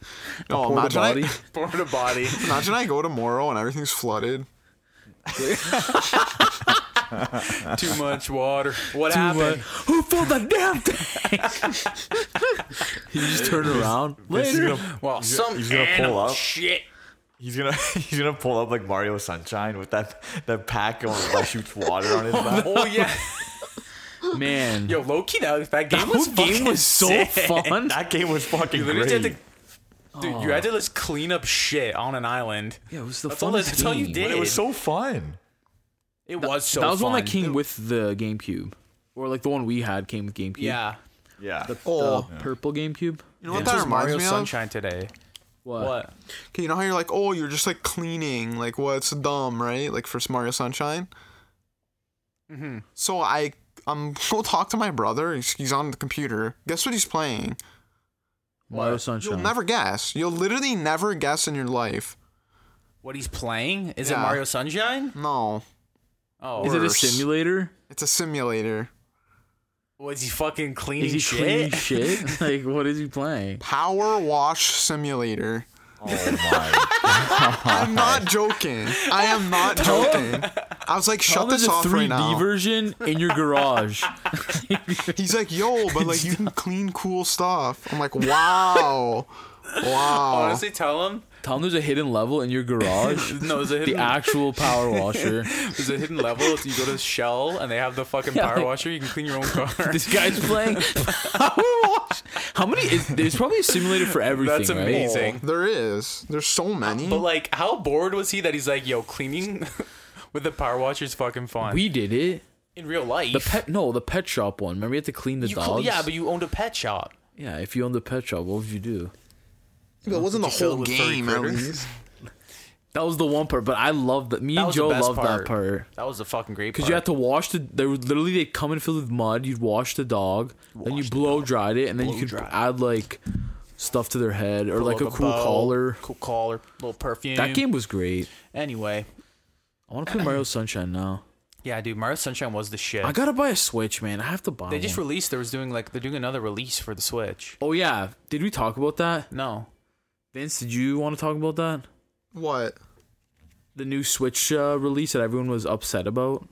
[SPEAKER 4] Oh,
[SPEAKER 3] Porta
[SPEAKER 4] imagine
[SPEAKER 3] potty.
[SPEAKER 4] I,
[SPEAKER 2] Porta potty.
[SPEAKER 4] imagine I go tomorrow and everything's flooded.
[SPEAKER 2] Too much water. What
[SPEAKER 3] Who, uh,
[SPEAKER 2] happened?
[SPEAKER 3] who filled the damn tank? you just turn around
[SPEAKER 1] He's
[SPEAKER 3] later.
[SPEAKER 1] gonna-
[SPEAKER 2] Well, some
[SPEAKER 1] he's gonna pull
[SPEAKER 2] animal
[SPEAKER 1] up.
[SPEAKER 2] shit.
[SPEAKER 1] He's gonna he's gonna pull up like Mario Sunshine with that that pack of that shoots water on his back.
[SPEAKER 2] Oh yeah.
[SPEAKER 3] Man,
[SPEAKER 2] Yo, low key that that game
[SPEAKER 3] that
[SPEAKER 2] was
[SPEAKER 3] whole game
[SPEAKER 2] fucking
[SPEAKER 3] was so
[SPEAKER 2] sick.
[SPEAKER 3] fun.
[SPEAKER 1] That game was fucking
[SPEAKER 2] You literally
[SPEAKER 1] great.
[SPEAKER 2] had to- dude, you had to just clean up shit on an island.
[SPEAKER 3] Yeah, it was the
[SPEAKER 2] That's all-
[SPEAKER 3] funnest
[SPEAKER 2] that's all you
[SPEAKER 3] game.
[SPEAKER 2] did.
[SPEAKER 1] But it was so fun.
[SPEAKER 2] It was so.
[SPEAKER 3] that was
[SPEAKER 2] fun.
[SPEAKER 3] one that came with the GameCube, or like the one we had came with GameCube.
[SPEAKER 2] Yeah.
[SPEAKER 1] Yeah.
[SPEAKER 4] Oh,
[SPEAKER 3] The purple GameCube.
[SPEAKER 4] you know what
[SPEAKER 2] This
[SPEAKER 4] that
[SPEAKER 2] was
[SPEAKER 4] reminds
[SPEAKER 2] Mario
[SPEAKER 4] me of?
[SPEAKER 2] Sunshine today. What?
[SPEAKER 4] Okay, you know how you're like, oh, you're just like cleaning, like what's dumb, right? Like for Mario Sunshine. Mm-hmm. So I um go talk to my brother. He's, he's on the computer. Guess what he's playing?
[SPEAKER 3] Mario Sunshine.
[SPEAKER 4] You'll never guess. You'll literally never guess in your life.
[SPEAKER 2] What he's playing? Is it
[SPEAKER 4] Yeah.
[SPEAKER 2] Mario Sunshine?
[SPEAKER 4] No,
[SPEAKER 2] Oh,
[SPEAKER 3] Is it a
[SPEAKER 4] worse.
[SPEAKER 3] simulator?
[SPEAKER 4] it's a simulator.
[SPEAKER 2] was he fucking cleaning
[SPEAKER 3] Is he
[SPEAKER 2] shit?
[SPEAKER 3] cleaning shit? Like, what is he playing?
[SPEAKER 4] Power wash simulator.
[SPEAKER 1] Oh my.
[SPEAKER 4] I'm not joking. I am not joking. I was like,
[SPEAKER 3] Tell
[SPEAKER 4] shut
[SPEAKER 3] there's
[SPEAKER 4] this
[SPEAKER 3] a
[SPEAKER 4] off
[SPEAKER 3] 3D
[SPEAKER 4] right now.
[SPEAKER 3] version in your garage.
[SPEAKER 4] He's like, yo, but like you can clean cool stuff. I'm like, wow, wow.
[SPEAKER 2] Honestly, tell him.
[SPEAKER 3] Tell him there's a hidden level in your garage.
[SPEAKER 2] No, it's a
[SPEAKER 3] the
[SPEAKER 2] hidden.
[SPEAKER 3] actual power washer.
[SPEAKER 2] There's a hidden level. If you go to Shell and they have the fucking
[SPEAKER 3] Yeah,
[SPEAKER 2] power
[SPEAKER 3] like-
[SPEAKER 2] washer, you can clean your own car.
[SPEAKER 3] This guy's playing. How many? Is, there's probably a simulator for everything.
[SPEAKER 2] That's
[SPEAKER 3] right?
[SPEAKER 2] amazing.
[SPEAKER 4] There is. There's so many.
[SPEAKER 2] But like, how bored was he that he's like, yo, cleaning with the power washer is fucking fun
[SPEAKER 3] We did it.
[SPEAKER 2] in real life.
[SPEAKER 3] The pet? No, the pet shop one. Remember, you had to clean the
[SPEAKER 2] you cl-
[SPEAKER 3] dogs.
[SPEAKER 2] yeah, but you owned a pet shop.
[SPEAKER 3] yeah. If you own the pet shop, what would you do?
[SPEAKER 4] it wasn't the
[SPEAKER 2] Did you fill
[SPEAKER 4] whole
[SPEAKER 2] it with furry
[SPEAKER 4] game, at
[SPEAKER 2] critters?
[SPEAKER 4] least.
[SPEAKER 3] That was the one part, but I loved that. Me
[SPEAKER 2] That
[SPEAKER 3] and
[SPEAKER 2] was the
[SPEAKER 3] Joe
[SPEAKER 2] best
[SPEAKER 3] loved
[SPEAKER 2] part.
[SPEAKER 3] that part.
[SPEAKER 2] That was the fucking great part.
[SPEAKER 3] Because you had to wash the. They were literally they come in filled with mud. You'd wash the dog, then you blow dried it, and then you could
[SPEAKER 2] Blow-dry.
[SPEAKER 3] add like stuff to their head or like a
[SPEAKER 2] Little
[SPEAKER 3] cool
[SPEAKER 2] bow,
[SPEAKER 3] collar.
[SPEAKER 2] cool collar, little perfume.
[SPEAKER 3] That game was great.
[SPEAKER 2] Anyway,
[SPEAKER 3] I want to play Mario Sunshine now.
[SPEAKER 2] yeah, dude, Mario Sunshine was the shit.
[SPEAKER 3] I gotta buy a Switch, man. I have to buy.
[SPEAKER 2] they just
[SPEAKER 3] one.
[SPEAKER 2] released. There was doing like they're doing another release for the Switch.
[SPEAKER 3] oh yeah, did we talk about that?
[SPEAKER 2] No,
[SPEAKER 3] Vince, did you want to talk about that?
[SPEAKER 4] What?
[SPEAKER 3] The new Switch uh, release that everyone was upset about.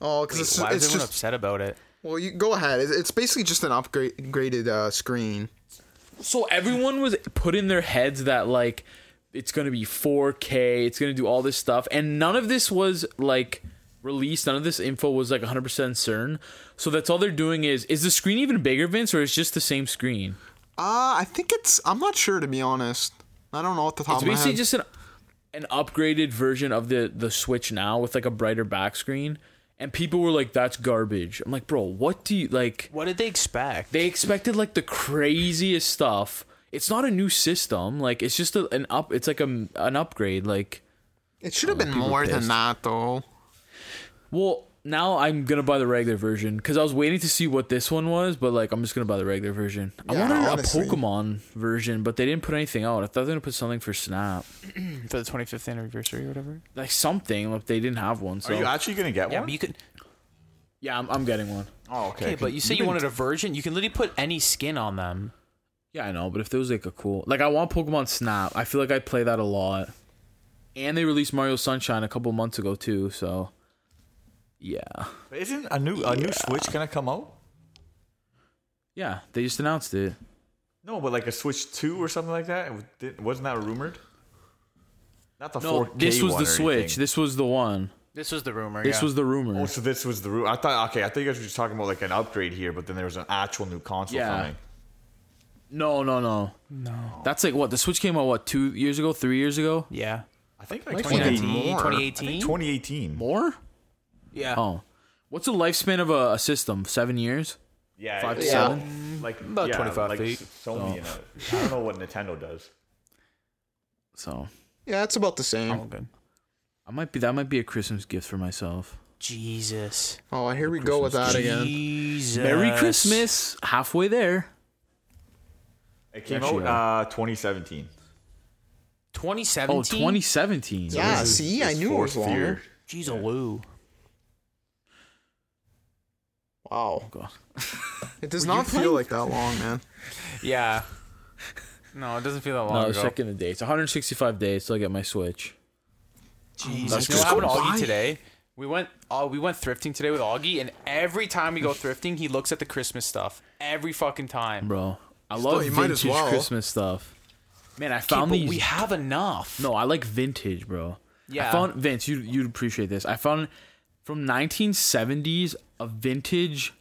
[SPEAKER 4] Oh, because it's,
[SPEAKER 2] why is
[SPEAKER 4] it's
[SPEAKER 2] everyone
[SPEAKER 4] just
[SPEAKER 2] upset about it?
[SPEAKER 4] well, you go ahead. It's, it's basically just an upgraded uh, screen.
[SPEAKER 3] So everyone was put in their heads that like it's gonna be 4K, it's gonna do all this stuff, and none of this was like released. None of this info was like 100% CERN. So that's all they're doing is is the screen even bigger, Vince, or is just the same screen?
[SPEAKER 4] Uh, I think it's. I'm not sure to be honest. I don't know at the top
[SPEAKER 3] It's
[SPEAKER 4] of my
[SPEAKER 3] basically
[SPEAKER 4] head.
[SPEAKER 3] just an an upgraded version of the the Switch now with like a brighter back screen. And people were like, "That's garbage." I'm like, "Bro, what do you like?"
[SPEAKER 2] What did they expect?
[SPEAKER 3] they expected like the craziest stuff. It's not a new system. Like it's just a, an up. It's like a, an upgrade. Like
[SPEAKER 4] it should have been more than
[SPEAKER 3] pissed.
[SPEAKER 4] that though.
[SPEAKER 3] well, now I'm gonna buy the regular version because I was waiting to see what this one was, but like I'm just gonna buy the regular version. I
[SPEAKER 4] Yeah,
[SPEAKER 3] wanted
[SPEAKER 4] honestly.
[SPEAKER 3] a Pokemon version, but they didn't put anything out. I thought they were gonna put something for Snap,
[SPEAKER 2] for the 25th anniversary or whatever.
[SPEAKER 3] like something. Like they didn't have one. So
[SPEAKER 1] Are you actually gonna get
[SPEAKER 2] Yeah,
[SPEAKER 1] one?
[SPEAKER 2] but you could.
[SPEAKER 3] yeah, I'm, I'm getting one.
[SPEAKER 1] oh, okay.
[SPEAKER 2] Okay, but you say you wanted a version. You can literally put any skin on them.
[SPEAKER 3] Yeah, I know. But if there was like a cool, like I want Pokemon Snap. I feel like I play that a lot. And they released Mario Sunshine a couple months ago too. So yeah.
[SPEAKER 1] Isn't a new a new Switch gonna come out?
[SPEAKER 3] Yeah, they just announced it.
[SPEAKER 1] No, but like a Switch Two or something like that. It didn't- wasn't that rumored? Not the
[SPEAKER 3] No,
[SPEAKER 1] 4K
[SPEAKER 3] this was
[SPEAKER 1] one
[SPEAKER 3] the
[SPEAKER 1] or
[SPEAKER 3] Switch.
[SPEAKER 1] anything.
[SPEAKER 3] This was the one.
[SPEAKER 2] This was the rumor.
[SPEAKER 3] This
[SPEAKER 2] yeah.
[SPEAKER 3] was the
[SPEAKER 1] Oh,
[SPEAKER 3] rumor.
[SPEAKER 1] so this was the room. I thought okay. I thought you guys were just talking about like an upgrade here, but then there was an actual new console
[SPEAKER 3] Yeah.
[SPEAKER 1] coming.
[SPEAKER 3] No, no, no. No. That's like what the Switch came out what two years ago, three years ago,
[SPEAKER 2] yeah.
[SPEAKER 1] I think like
[SPEAKER 4] Might be
[SPEAKER 1] 2018.
[SPEAKER 4] more.
[SPEAKER 2] 2018.
[SPEAKER 1] 2018.
[SPEAKER 3] more.
[SPEAKER 2] Yeah.
[SPEAKER 3] Oh, what's the lifespan of a, a system? Seven years.
[SPEAKER 1] Yeah,
[SPEAKER 3] Five to
[SPEAKER 1] it's- uh,
[SPEAKER 3] seven.
[SPEAKER 1] Like
[SPEAKER 2] About
[SPEAKER 1] yeah,
[SPEAKER 2] 25
[SPEAKER 1] like
[SPEAKER 2] feet.
[SPEAKER 1] Sony.
[SPEAKER 3] Oh.
[SPEAKER 1] and a- I don't know what Nintendo does.
[SPEAKER 3] So
[SPEAKER 4] Yeah, it's about the same.
[SPEAKER 2] Oh, good.
[SPEAKER 3] I might be that might be a Christmas gift for myself.
[SPEAKER 2] Jesus.
[SPEAKER 4] Oh, here we go with that again.
[SPEAKER 2] Jesus.
[SPEAKER 3] Merry Christmas. Halfway there.
[SPEAKER 1] It came
[SPEAKER 3] Actually,
[SPEAKER 1] out uh 2017.
[SPEAKER 2] 2017.
[SPEAKER 3] Oh, 2017.
[SPEAKER 4] Yeah,
[SPEAKER 1] This is
[SPEAKER 4] see,
[SPEAKER 1] his
[SPEAKER 4] I knew it was
[SPEAKER 1] fourth
[SPEAKER 4] longer.
[SPEAKER 1] year.
[SPEAKER 2] Jeez, a woo. Oh,
[SPEAKER 4] Wow,
[SPEAKER 3] God.
[SPEAKER 4] it does not feel like that long, man.
[SPEAKER 2] Yeah. No, it doesn't feel that long
[SPEAKER 3] No, I was
[SPEAKER 2] ago.
[SPEAKER 3] checking the dates. 165 days till I get my Switch.
[SPEAKER 2] Jesus. You know
[SPEAKER 4] just
[SPEAKER 2] what happened to
[SPEAKER 4] go
[SPEAKER 2] Augie
[SPEAKER 4] buy.
[SPEAKER 2] today? We went uh, we went thrifting today with Augie, and every time we go thrifting, he looks at the Christmas stuff. Every fucking time.
[SPEAKER 3] Bro, I love
[SPEAKER 4] you
[SPEAKER 3] vintage
[SPEAKER 4] might as well.
[SPEAKER 3] Christmas stuff. Man, I
[SPEAKER 2] Okay,
[SPEAKER 3] found
[SPEAKER 2] but
[SPEAKER 3] these.
[SPEAKER 2] we have enough.
[SPEAKER 3] no, I like vintage, bro.
[SPEAKER 2] Yeah.
[SPEAKER 3] I found Vince. You you'd appreciate this. I found from 1970s a vintage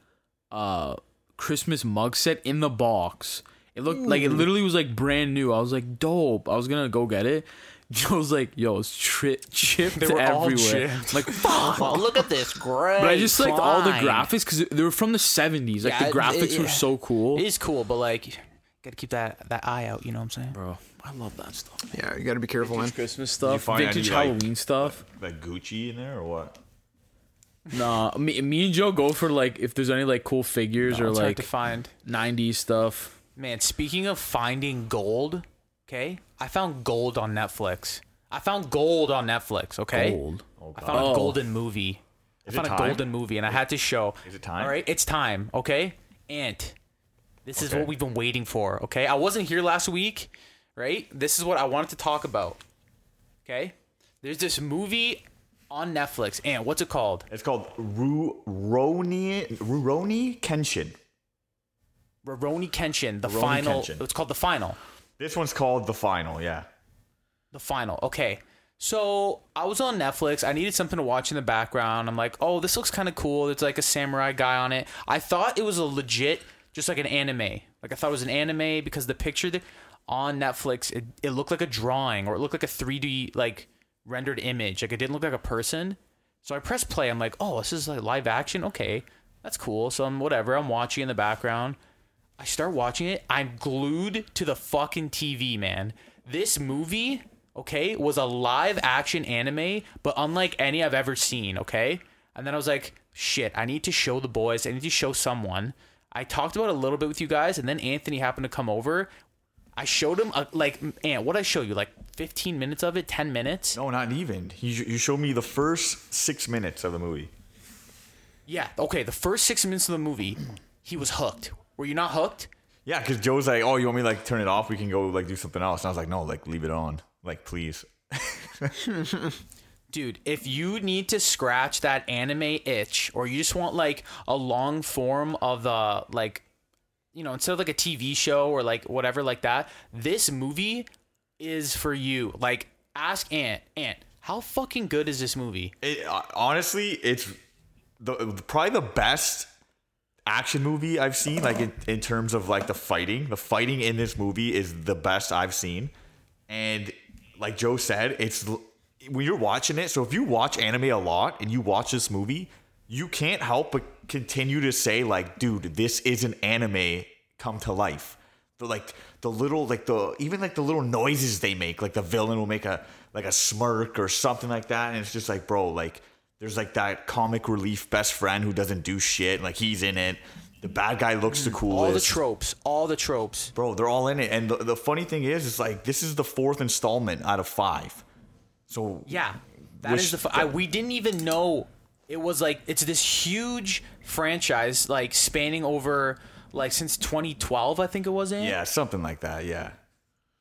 [SPEAKER 3] uh Christmas mug set in the box. It looked like it literally was like brand new. I was like, dope. I was gonna go get it. Joe's like, yo, it's tri- chipped
[SPEAKER 2] were all
[SPEAKER 3] everywhere.
[SPEAKER 2] chipped.
[SPEAKER 3] I'm like, fuck.
[SPEAKER 2] look at this great.
[SPEAKER 3] But I just liked all the graphics because they were from the 70s. Like
[SPEAKER 2] Yeah, it-
[SPEAKER 3] the graphics
[SPEAKER 2] it-
[SPEAKER 3] were so cool.
[SPEAKER 2] It is cool, but like, gotta keep that that eye out. You know what I'm saying?
[SPEAKER 3] Bro, I love that stuff.
[SPEAKER 4] Yeah, you gotta be careful, man.
[SPEAKER 3] Christmas stuff,
[SPEAKER 1] find
[SPEAKER 3] vintage
[SPEAKER 1] any, like-
[SPEAKER 3] Halloween stuff.
[SPEAKER 1] That Gucci in there or what?
[SPEAKER 3] Nah, me, me and Joe go for like if there's any like cool figures or
[SPEAKER 2] it's hard
[SPEAKER 3] like
[SPEAKER 2] to find.
[SPEAKER 3] 90s stuff.
[SPEAKER 2] Man, speaking of finding gold, okay, I found gold on Netflix. I found gold on Netflix. Okay,
[SPEAKER 3] Gold.
[SPEAKER 2] I found
[SPEAKER 3] Oh.
[SPEAKER 2] a golden movie.
[SPEAKER 1] Is
[SPEAKER 2] I
[SPEAKER 1] it
[SPEAKER 2] found a
[SPEAKER 1] time?
[SPEAKER 2] golden movie, and I had to show.
[SPEAKER 1] Is it time?
[SPEAKER 2] All right, it's time. Okay, Ant, this is
[SPEAKER 1] Okay.
[SPEAKER 2] what we've been waiting for. Okay, I wasn't here last week. Right, this is what I wanted to talk about. Okay, there's this movie on Netflix. Ant, what's it called?
[SPEAKER 1] It's called Ruroni Ruroni Kenshin.
[SPEAKER 2] Roroni Kenshin, the
[SPEAKER 1] Rurouni
[SPEAKER 2] final.
[SPEAKER 1] Kenshin.
[SPEAKER 2] It's called the final.
[SPEAKER 1] This one's called The Final, yeah.
[SPEAKER 2] The final. Okay. So I was on Netflix. I needed something to watch in the background. I'm like, oh, this looks kind of cool. There's like a samurai guy on it. I thought it was a legit, just like an anime. Like I thought it was an anime because the picture that on Netflix, it, it looked like a drawing or it looked like a 3D like rendered image. Like it didn't look like a person. So I press play. I'm like, oh, this is like live action. Okay, that's cool. So I'm whatever. I'm watching in the background. I start watching it. I'm glued to the fucking TV, man. This movie, okay, was a live action anime, but unlike any I've ever seen, okay? And then I was like, shit, I need to show the boys. I need to show someone. I talked about it a little bit with you guys, and then Anthony happened to come over. I showed him, uh, like, Ant, what I show you? Like 15 minutes of it, 10 minutes?
[SPEAKER 1] No, not even. You, you showed me the first six minutes of the movie.
[SPEAKER 2] Yeah, okay, the first six minutes of the movie, he was hooked. Were you not hooked?
[SPEAKER 1] Yeah, because Joe's like, "Oh, you want me to, like turn it off? We can go like do something else." And I was like, "No, like leave it on, like please."
[SPEAKER 2] Dude, if you need to scratch that anime itch, or you just want like a long form of uh like, you know, instead of like a TV show or like whatever like that, this movie is for you. Like, ask Ant, Ant, how fucking good is this movie?
[SPEAKER 1] It, uh, honestly, it's the probably the best action movie I've seen. Like in, in terms of like the fighting, the fighting in this movie is the best I've seen. And like Joe said, it's l- when you're watching it. So if you watch anime a lot and you watch this movie, you can't help but continue to say like, "Dude, this is an anime come to life." The like the little like the even like the little noises they make, like the villain will make a like a smirk or something like that, and it's just like, bro, like there's like that comic relief best friend who doesn't do shit, like he's in it. The bad guy looks the coolest
[SPEAKER 2] All the tropes, all the tropes.
[SPEAKER 1] bro they're all in it and the, the funny thing is it's like this is the fourth installment out of five so
[SPEAKER 2] Yeah, that
[SPEAKER 1] Which-
[SPEAKER 2] is the. Fu- I, we didn't even know it was like it's this huge franchise, like spanning over like since 2012, I think it was in
[SPEAKER 1] yeah something like that yeah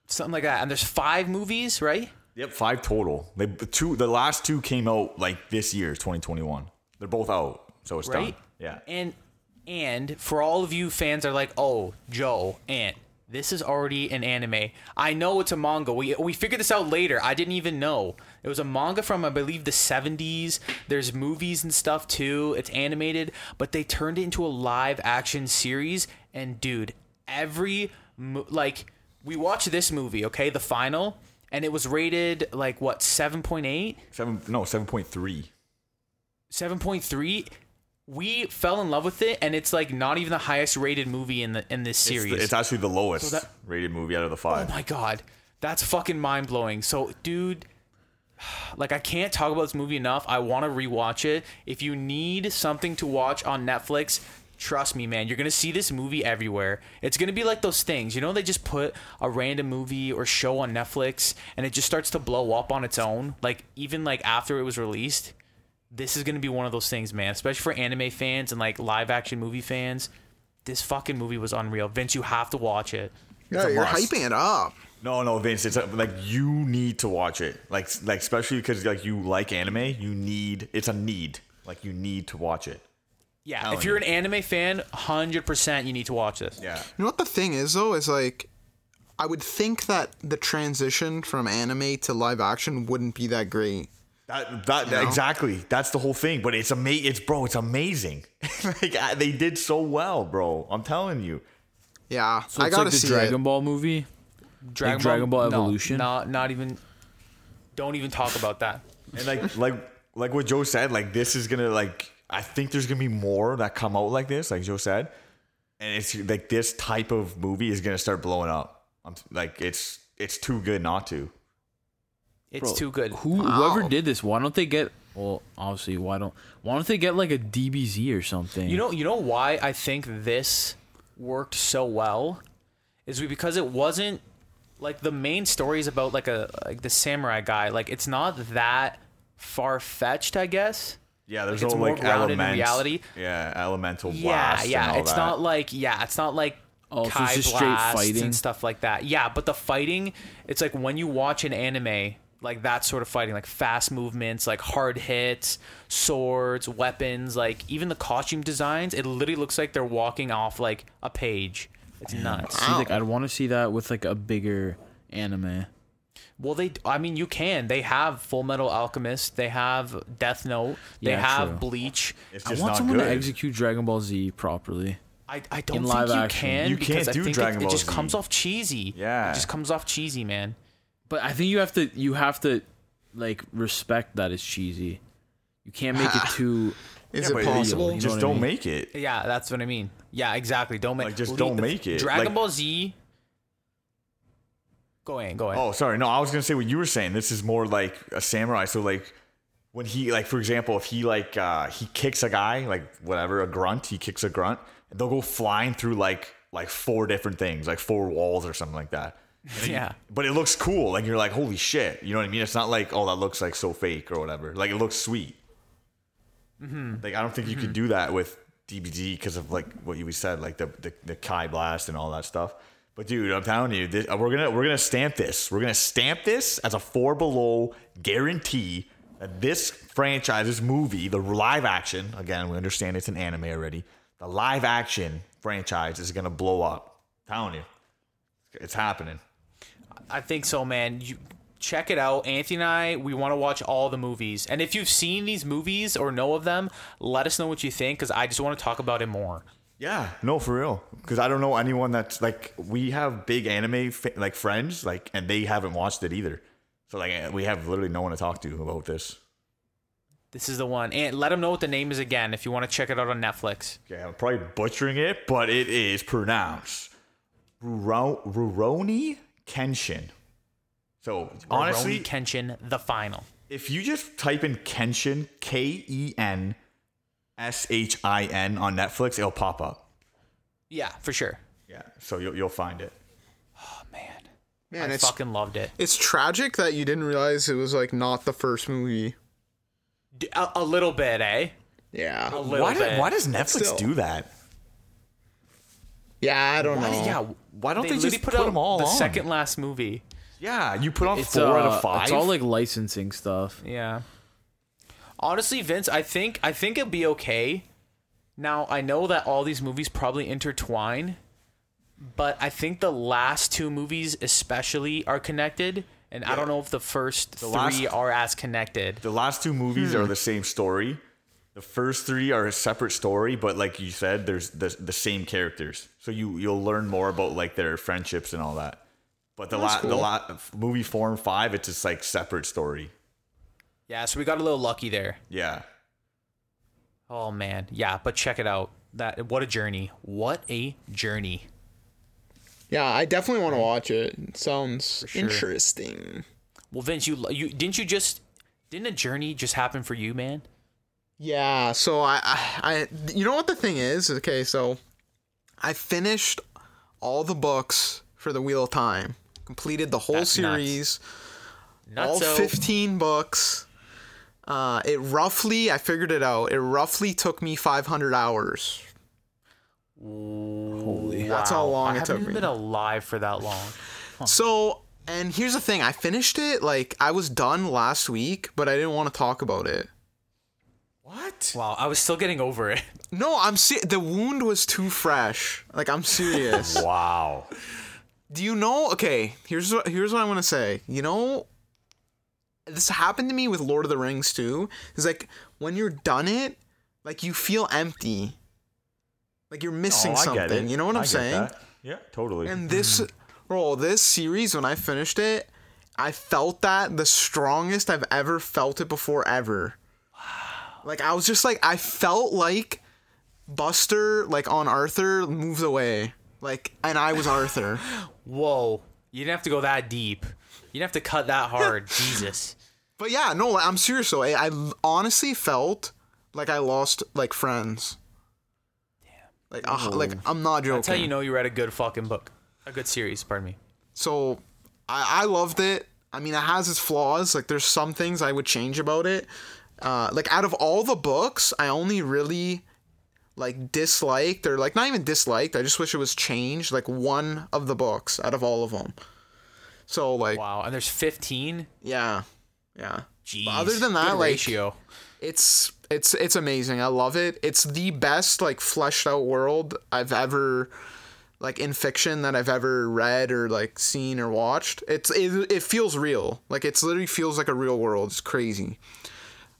[SPEAKER 2] something like that. And there's five movies, right?
[SPEAKER 1] yep five total they two the last two came out like this year 2021 they're both out so it's
[SPEAKER 2] Right?
[SPEAKER 1] done yeah
[SPEAKER 2] And and for all of you fans that are like, oh, Joe, and this is already an anime. I know it's a manga. We we figured this out later. I didn't even know. It was a manga from I believe the 70s. There's movies and stuff too. It's animated, but they turned it into a live action series and dude, every mo- like we watched this movie, okay? The final and it was rated like what 7.8
[SPEAKER 1] seven no 7.3
[SPEAKER 2] 7.3 we fell in love with it, and it's like not even the highest rated movie in the in this
[SPEAKER 1] It's,
[SPEAKER 2] series.
[SPEAKER 1] the- it's actually the lowest
[SPEAKER 2] that-
[SPEAKER 1] rated movie out of the five.
[SPEAKER 2] Oh my god, that's fucking mind blowing. So, dude, like I can't talk about this movie enough. I want to rewatch it. If you need something to watch on Netflix, trust me, man, you're gonna see this movie everywhere. It's gonna be like those things, you know? They just put a random movie or show on Netflix, and it just starts to blow up on its own. Like even like after it was released. This is gonna be one of those things, man. Especially for anime fans and like live action movie fans, this fucking movie was unreal. Vince, you have to watch it.
[SPEAKER 4] Yeah, you're
[SPEAKER 1] must.
[SPEAKER 4] hyping it up.
[SPEAKER 1] No, no, Vince. It's uh, like you need to watch it. Like, like especially because like you like anime, you need. It's a need. Like you need to watch it.
[SPEAKER 2] Yeah,
[SPEAKER 1] Telling
[SPEAKER 2] if you're an anime fan, hundred percent, you need to watch this.
[SPEAKER 1] Yeah.
[SPEAKER 4] You know what the thing is though is like I would think that the transition from anime to live action wouldn't be that great.
[SPEAKER 1] That, that exactly. That's the whole thing. But it's ama- It's bro. It's amazing. like I, they did so well, bro. I'm telling you.
[SPEAKER 4] Yeah,
[SPEAKER 3] So
[SPEAKER 4] I
[SPEAKER 3] it's
[SPEAKER 4] gotta
[SPEAKER 3] like the
[SPEAKER 4] see
[SPEAKER 3] Dragon
[SPEAKER 4] it.
[SPEAKER 3] Ball movie.
[SPEAKER 2] Dragon,
[SPEAKER 3] Like Dragon Ball
[SPEAKER 2] no,
[SPEAKER 3] Evolution?
[SPEAKER 2] Not, not even. Don't even talk about that.
[SPEAKER 1] And like, like, like what Joe said. Like this is gonna like. I think there's gonna be more that come out like this. Like Joe said. And it's like this type of movie is gonna start blowing up. I'm like it's it's too good not to.
[SPEAKER 2] It's
[SPEAKER 3] Bro,
[SPEAKER 2] too good.
[SPEAKER 3] Who whoever did this, why don't they get? Well, obviously, why don't why don't they get like a DBZ or something?
[SPEAKER 2] You know, you know why I think this worked so well is we because it wasn't like the main story is about like a like the samurai guy. Like it's not that far fetched, I guess.
[SPEAKER 1] Yeah, there's
[SPEAKER 2] Like, it's
[SPEAKER 1] no
[SPEAKER 2] more
[SPEAKER 1] like
[SPEAKER 2] grounded in
[SPEAKER 1] elements.
[SPEAKER 2] reality.
[SPEAKER 1] Yeah, elemental
[SPEAKER 2] Yeah,
[SPEAKER 1] blast.
[SPEAKER 2] yeah.
[SPEAKER 1] and all
[SPEAKER 2] It's
[SPEAKER 1] that.
[SPEAKER 2] not like yeah, it's not like
[SPEAKER 3] Oh, so
[SPEAKER 2] Kai
[SPEAKER 3] it's just straight
[SPEAKER 2] blasts
[SPEAKER 3] fighting?
[SPEAKER 2] and stuff like that. Yeah, but the fighting, it's like when you watch an anime, like that sort of fighting, like fast movements, like hard hits, swords, weapons, like even the costume designs, it literally looks like they're walking off like a page. It's nuts.
[SPEAKER 3] See, like I'd want to see that with like a bigger anime.
[SPEAKER 2] Well, they. I mean, you can. They have Full Metal Alchemist. They have Death Note. They
[SPEAKER 3] Yeah,
[SPEAKER 2] have
[SPEAKER 3] true.
[SPEAKER 2] Bleach.
[SPEAKER 1] It's
[SPEAKER 3] I
[SPEAKER 1] just
[SPEAKER 3] want
[SPEAKER 1] not
[SPEAKER 3] someone
[SPEAKER 1] good.
[SPEAKER 3] to execute Dragon Ball Z properly.
[SPEAKER 2] I, I don't
[SPEAKER 3] in
[SPEAKER 2] think
[SPEAKER 3] live
[SPEAKER 2] you
[SPEAKER 3] action.
[SPEAKER 2] can.
[SPEAKER 1] You
[SPEAKER 2] because
[SPEAKER 1] can't
[SPEAKER 2] I
[SPEAKER 1] do
[SPEAKER 2] think
[SPEAKER 1] Dragon
[SPEAKER 2] it,
[SPEAKER 1] Ball
[SPEAKER 2] It just
[SPEAKER 1] Z.
[SPEAKER 2] comes off cheesy.
[SPEAKER 1] Yeah.
[SPEAKER 2] It just comes off cheesy, man.
[SPEAKER 3] But I think you have to you have to like respect that it's cheesy. You can't make it too.
[SPEAKER 4] Is
[SPEAKER 1] Yeah, but
[SPEAKER 4] it
[SPEAKER 1] you
[SPEAKER 4] possible?
[SPEAKER 3] know
[SPEAKER 1] just
[SPEAKER 3] what I
[SPEAKER 1] don't
[SPEAKER 3] mean?
[SPEAKER 1] make it.
[SPEAKER 2] Yeah, that's what I mean. Yeah, exactly. Don't make
[SPEAKER 1] Like, just don't make it.
[SPEAKER 2] Dragon
[SPEAKER 1] Like-
[SPEAKER 2] Ball Z. Go ahead. Go ahead.
[SPEAKER 1] Oh, sorry. No, I was gonna say what you were saying. This is more like a samurai. So like when he like for example, if he like uh he kicks a guy, like whatever, a grunt, he kicks a grunt, they'll go flying through like like four different things, like four walls or something like that.
[SPEAKER 2] yeah.
[SPEAKER 1] But it looks cool. Like you're like, holy shit. You know what I mean? It's not like, oh, that looks like so fake or whatever. Like it looks sweet. Like I don't think you could do that with DBZ because of like what you said, like the, the the Kai blast and all that stuff. But dude, I'm telling you, this, we're gonna we're gonna stamp this. We're gonna stamp this as a four below guarantee that this franchise, this movie, the live action. Again, we understand it's an anime already. The live action franchise is gonna blow up. I'm telling you, it's happening.
[SPEAKER 2] I think so, man. You check it out. Anthony and I, we want to watch all the movies. And if you've seen these movies or know of them, let us know what you think because I just want to talk about it more.
[SPEAKER 1] Yeah, no, for real. Because I don't know anyone that's like we have big anime fa- like friends like, and they haven't watched it either. So like eh, we have literally no one to talk to about this.
[SPEAKER 2] This is the one. And let them know what the name is again if you want to check it out on Netflix.
[SPEAKER 1] Okay, I'm probably butchering it, but it is pronounced Ruro- Rurouni Kenshin. So honestly,
[SPEAKER 2] Rurouni Kenshin, the final.
[SPEAKER 1] if you just type in Kenshin K E N S H I N on Netflix, it'll pop up.
[SPEAKER 2] Yeah, for sure.
[SPEAKER 1] Yeah, so you'll you'll find it.
[SPEAKER 2] Oh man,
[SPEAKER 4] Man,
[SPEAKER 2] I
[SPEAKER 4] it's
[SPEAKER 2] fucking loved it.
[SPEAKER 4] it's tragic that you didn't realize it was like not the first movie.
[SPEAKER 2] D- A, a little bit, eh? A
[SPEAKER 4] Yeah.
[SPEAKER 2] little
[SPEAKER 1] why, do-
[SPEAKER 2] bit.
[SPEAKER 1] why does Netflix
[SPEAKER 4] Still.
[SPEAKER 1] do that?
[SPEAKER 4] Yeah, I don't
[SPEAKER 2] Why-
[SPEAKER 4] know.
[SPEAKER 2] Yeah.
[SPEAKER 1] Uh, Why don't they,
[SPEAKER 2] literally
[SPEAKER 1] just put, them all
[SPEAKER 2] the
[SPEAKER 1] on?
[SPEAKER 2] second last movie.
[SPEAKER 1] Yeah, you put on
[SPEAKER 3] It's
[SPEAKER 1] four out
[SPEAKER 3] uh,
[SPEAKER 1] of five.
[SPEAKER 3] It's all like licensing stuff.
[SPEAKER 2] Yeah. Honestly, Vince, I think I think it'll be okay. Now I know that all these movies probably intertwine, but I think the last two movies especially are connected, and I don't know if the first three
[SPEAKER 1] last-
[SPEAKER 2] are as connected.
[SPEAKER 1] the last two movies
[SPEAKER 4] Hmm.
[SPEAKER 1] are the same story. The first three are a separate story, but like you said, there's the, the same characters, so you you'll learn more about like their friendships and all that. But the lot the lot movie form five, it's just like separate story.
[SPEAKER 2] Yeah, so we got a little lucky there.
[SPEAKER 1] Yeah,
[SPEAKER 2] Oh man, yeah. But check it out. That what a journey. What a journey.
[SPEAKER 4] Yeah, I definitely want to watch it. It sounds
[SPEAKER 2] sure.
[SPEAKER 4] interesting.
[SPEAKER 2] Well, Vince, you you didn't you just didn't a journey just happen for you, man?
[SPEAKER 4] Yeah, so I, I, I, you know what the thing is? Okay, so I finished all the books for the Wheel of Time, completed the whole
[SPEAKER 2] That's nuts.
[SPEAKER 4] series,
[SPEAKER 2] Not
[SPEAKER 4] all
[SPEAKER 2] so.
[SPEAKER 4] 15 books. Uh, it roughly, I figured it out, it roughly took me 500 hours.
[SPEAKER 2] Holy,
[SPEAKER 4] That's how long
[SPEAKER 2] I
[SPEAKER 4] it
[SPEAKER 2] haven't
[SPEAKER 4] took
[SPEAKER 2] even
[SPEAKER 4] me.
[SPEAKER 2] been alive for that long.
[SPEAKER 4] So, and here's the thing I finished it, like, I was done last week, but I didn't want to talk about it.
[SPEAKER 1] What?
[SPEAKER 2] Wow, I was still getting over it.
[SPEAKER 4] No, I'm ser- the wound was too fresh. Like, I'm serious.
[SPEAKER 1] Wow.
[SPEAKER 4] Do you know? Okay, here's what here's what I want to say. You know, this happened to me with Lord of the Rings too. It's like when you're done it, like you feel empty, like you're
[SPEAKER 1] Oh,
[SPEAKER 4] missing something. You know what I'm saying?
[SPEAKER 1] Yeah, totally.
[SPEAKER 4] And this, bro, this series when I finished it, I felt that the strongest I've ever felt it before ever. Like I was just like I felt like Buster like on Arthur moves away. Like and I was Arthur.
[SPEAKER 2] Whoa, you didn't have to go that deep. You didn't have to cut that hard. Jesus.
[SPEAKER 4] But yeah, no, like, I'm serious though. I, I honestly felt like I lost like friends. Like, uh, like I'm not joking.
[SPEAKER 2] That's how you know you read a good fucking book, a good series. Pardon me.
[SPEAKER 4] So, I I loved it. I mean, it has its flaws. Like, there's some things I would change about it. Uh, like out of all the books, I only really like disliked or like not even disliked. I just wish it was changed. Like one of the books out of all of them. So like
[SPEAKER 2] Wow, and there's 15.
[SPEAKER 4] yeah, yeah.
[SPEAKER 2] Jeez.
[SPEAKER 4] other than that,
[SPEAKER 2] Good
[SPEAKER 4] like-
[SPEAKER 2] ratio.
[SPEAKER 4] it's it's it's amazing. I love it. It's the best like fleshed out world I've ever like in fiction that I've ever read or like seen or watched. It's it, it feels real. Like it's literally feels like a real world. It's crazy.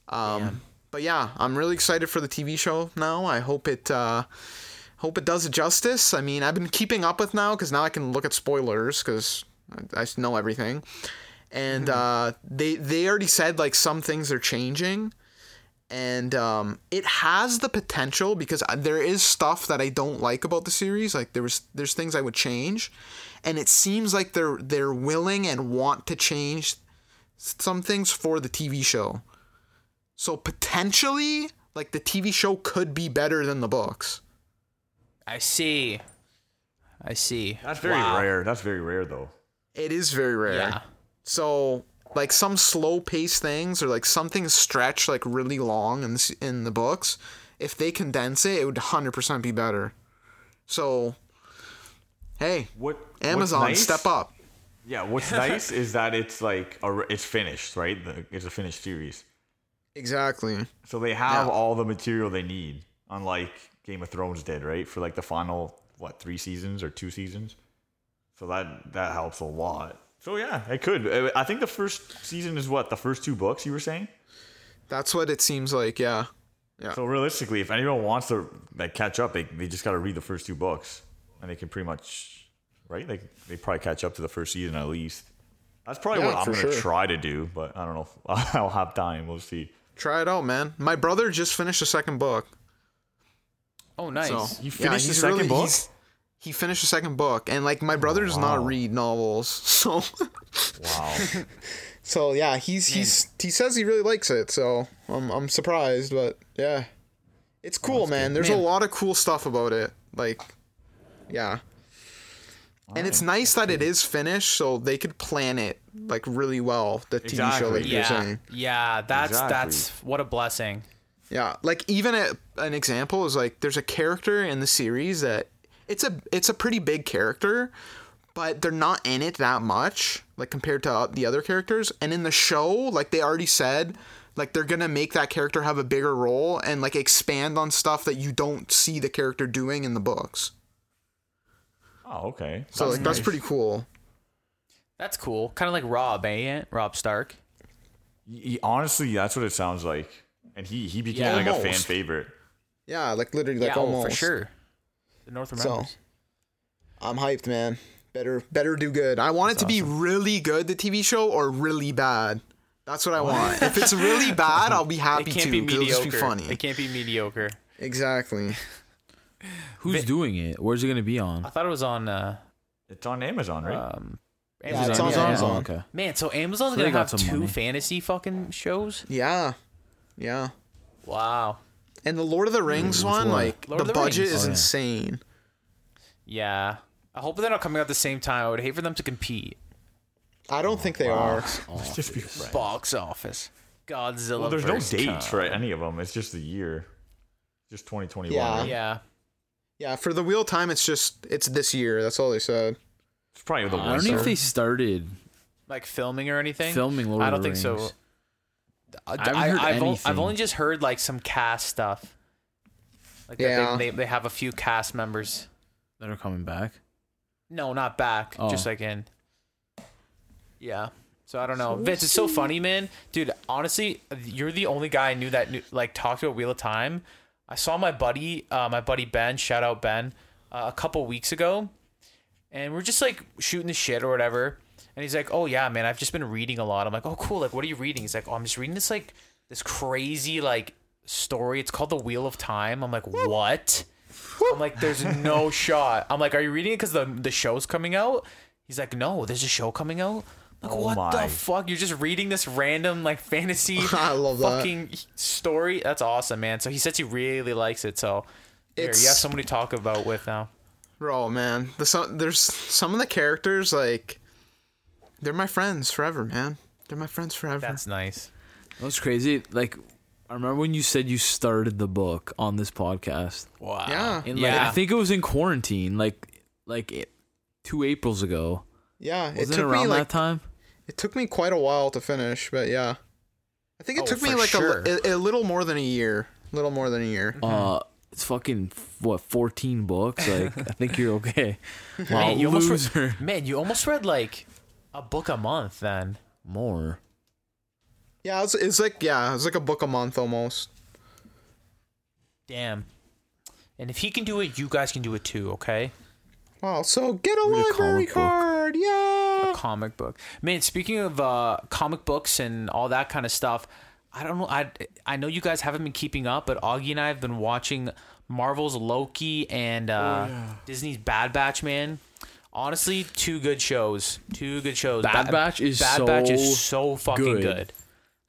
[SPEAKER 4] Um but yeah, I'm really excited for the TV show now. I hope it uh hope it does it justice. I mean, I've been keeping up with now cuz now I can look at spoilers cuz I, I know everything. And uh they they already said like some things are changing and um, it has the potential because I- there is stuff that I don't like about the series. Like there was, there's things I would change, and it seems like they're they're willing and want to change s- some things for the TV show. So potentially, like the TV show could be better than the books.
[SPEAKER 2] I see. I see.
[SPEAKER 1] That's very
[SPEAKER 2] Wow.
[SPEAKER 1] rare. That's very rare, though.
[SPEAKER 4] It is very rare.
[SPEAKER 2] Yeah.
[SPEAKER 4] So like some slow paced things or like something stretched like really long in the, s- in the books, if they condense it, it would 100% be better. So hey,
[SPEAKER 1] What? what's
[SPEAKER 4] Amazon
[SPEAKER 1] nice-
[SPEAKER 4] step up.
[SPEAKER 1] Yeah. What's nice is that it's like a, it's finished, right? The, it's a finished series,
[SPEAKER 4] Exactly.
[SPEAKER 1] so they have
[SPEAKER 4] Yeah.
[SPEAKER 1] all the material they need, unlike Game of Thrones did, right? For like the final what three seasons or two seasons, so that that helps a lot. So yeah, it could. Uh, I- I think the first season is what the first two books you were saying.
[SPEAKER 4] That's what it seems like, yeah.
[SPEAKER 1] So realistically, if anyone wants to like catch up, they, they just got to read the first two books, and they can pretty much, right? They they probably catch up to the first season at least. That's probably
[SPEAKER 4] Yeah,
[SPEAKER 1] what I'm
[SPEAKER 4] for
[SPEAKER 1] gonna
[SPEAKER 4] sure.
[SPEAKER 1] try to do, but I don't know. If I'll have time. We'll see.
[SPEAKER 4] Try it out, man. My brother just finished the second book.
[SPEAKER 2] Oh, nice.
[SPEAKER 4] So
[SPEAKER 1] You finished the
[SPEAKER 4] he's
[SPEAKER 1] second book?
[SPEAKER 4] he's- He finished the second book, and like my brother does not read novels, so
[SPEAKER 1] Wow.
[SPEAKER 4] so yeah, he's he's he says he really likes it, so I'm I'm surprised, but yeah, it's cool, man. There's a
[SPEAKER 2] Man.
[SPEAKER 4] lot of cool stuff about it, like yeah, and it's nice that it is finished, so they could plan it like really well. The TV show,
[SPEAKER 1] Exactly.
[SPEAKER 4] like you're
[SPEAKER 2] yeah.
[SPEAKER 4] saying,
[SPEAKER 2] Yeah. That's
[SPEAKER 1] Exactly.
[SPEAKER 2] that's what a blessing.
[SPEAKER 4] Yeah, like even a, an example is like there's a character in the series that it's a it's a pretty big character, but they're not in it that much like compared to uh, the other characters. And in the show, like they already said, like they're gonna make that character have a bigger role and like expand on stuff that you don't see the character doing in the books.
[SPEAKER 1] oh, okay.
[SPEAKER 4] So like that's pretty cool.
[SPEAKER 2] That's cool. Kind of like Rob, eh? Rob Stark.
[SPEAKER 1] Y- y- honestly, that's what it sounds like, and he he became
[SPEAKER 2] Yeah.
[SPEAKER 1] like a fan
[SPEAKER 4] Almost.
[SPEAKER 1] favorite.
[SPEAKER 4] Yeah, like literally like
[SPEAKER 2] yeah,
[SPEAKER 4] almost
[SPEAKER 2] Oh, for sure. The North
[SPEAKER 4] So
[SPEAKER 2] Americans.
[SPEAKER 4] I'm hyped, man. Better better do good. I want it to be really good, the TV show, or really bad. That's what I want. if it's really bad, I'll be
[SPEAKER 2] It
[SPEAKER 4] happy
[SPEAKER 2] can't
[SPEAKER 4] to.
[SPEAKER 2] be
[SPEAKER 4] 'cause it'll just be
[SPEAKER 2] mediocre.
[SPEAKER 4] funny.
[SPEAKER 2] It can't be mediocre.
[SPEAKER 4] Exactly.
[SPEAKER 3] Who's doing it? Where's it gonna be on?
[SPEAKER 2] I thought it was on. Uh,
[SPEAKER 1] It's on Amazon, right?
[SPEAKER 4] Uh,
[SPEAKER 2] um,
[SPEAKER 4] Yeah, it's on
[SPEAKER 2] Amazon.
[SPEAKER 4] Amazon.
[SPEAKER 3] Oh, okay.
[SPEAKER 2] Man, so Amazon's
[SPEAKER 3] So they
[SPEAKER 2] gonna
[SPEAKER 3] got
[SPEAKER 2] have
[SPEAKER 3] some
[SPEAKER 2] two
[SPEAKER 3] money.
[SPEAKER 2] fantasy fucking shows.
[SPEAKER 4] Yeah. Yeah.
[SPEAKER 2] Wow.
[SPEAKER 4] And the Lord of the Rings one, like
[SPEAKER 2] Lord
[SPEAKER 4] the,
[SPEAKER 2] of the
[SPEAKER 4] budget
[SPEAKER 2] Rings.
[SPEAKER 4] is
[SPEAKER 3] Oh, yeah.
[SPEAKER 4] insane.
[SPEAKER 2] Yeah. I hope they're not coming out at the same time. I would hate for them to compete.
[SPEAKER 4] I don't think
[SPEAKER 2] Oh,
[SPEAKER 4] they are.
[SPEAKER 1] Let's just be frank.
[SPEAKER 2] Box office. Godzilla.
[SPEAKER 1] Well, there's no
[SPEAKER 2] versus
[SPEAKER 1] dates
[SPEAKER 2] Kong.
[SPEAKER 1] for any of them. It's just the year. Just 2021.
[SPEAKER 4] Yeah.
[SPEAKER 1] right?
[SPEAKER 2] Yeah.
[SPEAKER 4] Yeah, for the wheel time, it's just it's this year. That's all they said.
[SPEAKER 1] It's probably the
[SPEAKER 4] Uh,
[SPEAKER 3] I
[SPEAKER 1] worst.
[SPEAKER 3] don't know if they started
[SPEAKER 2] Like filming or anything.
[SPEAKER 3] filming Lord
[SPEAKER 2] I
[SPEAKER 3] of
[SPEAKER 2] don't
[SPEAKER 3] the
[SPEAKER 2] think
[SPEAKER 3] Rings.
[SPEAKER 2] so. I,
[SPEAKER 3] haven't heard
[SPEAKER 2] have
[SPEAKER 3] anything.
[SPEAKER 2] only just heard like some cast stuff. Like that
[SPEAKER 4] Yeah.
[SPEAKER 2] they, they they have a few cast members.
[SPEAKER 3] that are coming back.
[SPEAKER 2] No, not back.
[SPEAKER 3] Oh.
[SPEAKER 2] Just like in. Yeah. So I don't know. Vince, it's so funny, man. Dude, honestly, you're the only guy I knew that knew, like talked about Wheel of Time. I saw my buddy, uh, my buddy Ben. Shout out Ben. Uh, a couple weeks ago, and we're just like shooting the shit or whatever. And he's like, "Oh yeah, man, I've just been reading a lot." I'm like, "Oh cool, like what are you reading?" He's like, "Oh, I'm just reading this like this crazy like story. It's called The Wheel of Time." I'm like, "What?" I'm like, "There's no shot." I'm like, "Are you reading it because the the show's coming out?" He's like, "No, there's a show coming out." I'm like,
[SPEAKER 1] Oh
[SPEAKER 2] what
[SPEAKER 1] my.
[SPEAKER 2] the fuck? You're just reading this random like fantasy
[SPEAKER 4] I love that.
[SPEAKER 2] fucking story. That's awesome, man. So he says he really likes it. So here, you have
[SPEAKER 4] It's-
[SPEAKER 2] someone to talk about with now.
[SPEAKER 4] Bro, man, the some, there's some of the characters like they're my friends forever, man. They're my friends forever.
[SPEAKER 2] That's nice.
[SPEAKER 3] That's crazy. Like, I remember when you said you started the book on this podcast.
[SPEAKER 2] Wow.
[SPEAKER 4] Yeah.
[SPEAKER 3] And like,
[SPEAKER 2] yeah.
[SPEAKER 3] I think it was in quarantine, like, like it, two Aprils ago.
[SPEAKER 4] yeah, it
[SPEAKER 3] Was it,
[SPEAKER 4] took
[SPEAKER 3] around
[SPEAKER 4] me like
[SPEAKER 3] that time?
[SPEAKER 4] it took me quite a while to finish, but yeah, I think it
[SPEAKER 2] Oh,
[SPEAKER 4] took me
[SPEAKER 2] for
[SPEAKER 4] like a
[SPEAKER 2] sure.
[SPEAKER 4] li- a, a little more than a year. little more than a year.
[SPEAKER 3] Uh, it's fucking what fourteen books. Like, I think you're okay. Wow,
[SPEAKER 2] you almost re-
[SPEAKER 3] loser.
[SPEAKER 2] Man, you almost read like a book a month then.
[SPEAKER 3] More.
[SPEAKER 4] Yeah, it's, it's like yeah, it's like a book a month almost.
[SPEAKER 2] Damn. And if he can do it, you guys can do it too, okay?
[SPEAKER 4] Wow, so get a
[SPEAKER 3] Read a
[SPEAKER 4] library
[SPEAKER 3] comic book.
[SPEAKER 4] card, yeah.
[SPEAKER 2] Comic book. Man, speaking of uh, comic books and all that kind of stuff, I don't know. I I know you guys haven't been keeping up, but Augie and I have been watching Marvel's Loki and uh,
[SPEAKER 3] Oh,
[SPEAKER 2] Disney's Bad Batch, man. Honestly, two good shows. Two good shows.
[SPEAKER 3] Bad Batch is
[SPEAKER 2] Bad
[SPEAKER 3] so
[SPEAKER 2] Batch is so fucking
[SPEAKER 3] good.
[SPEAKER 2] good.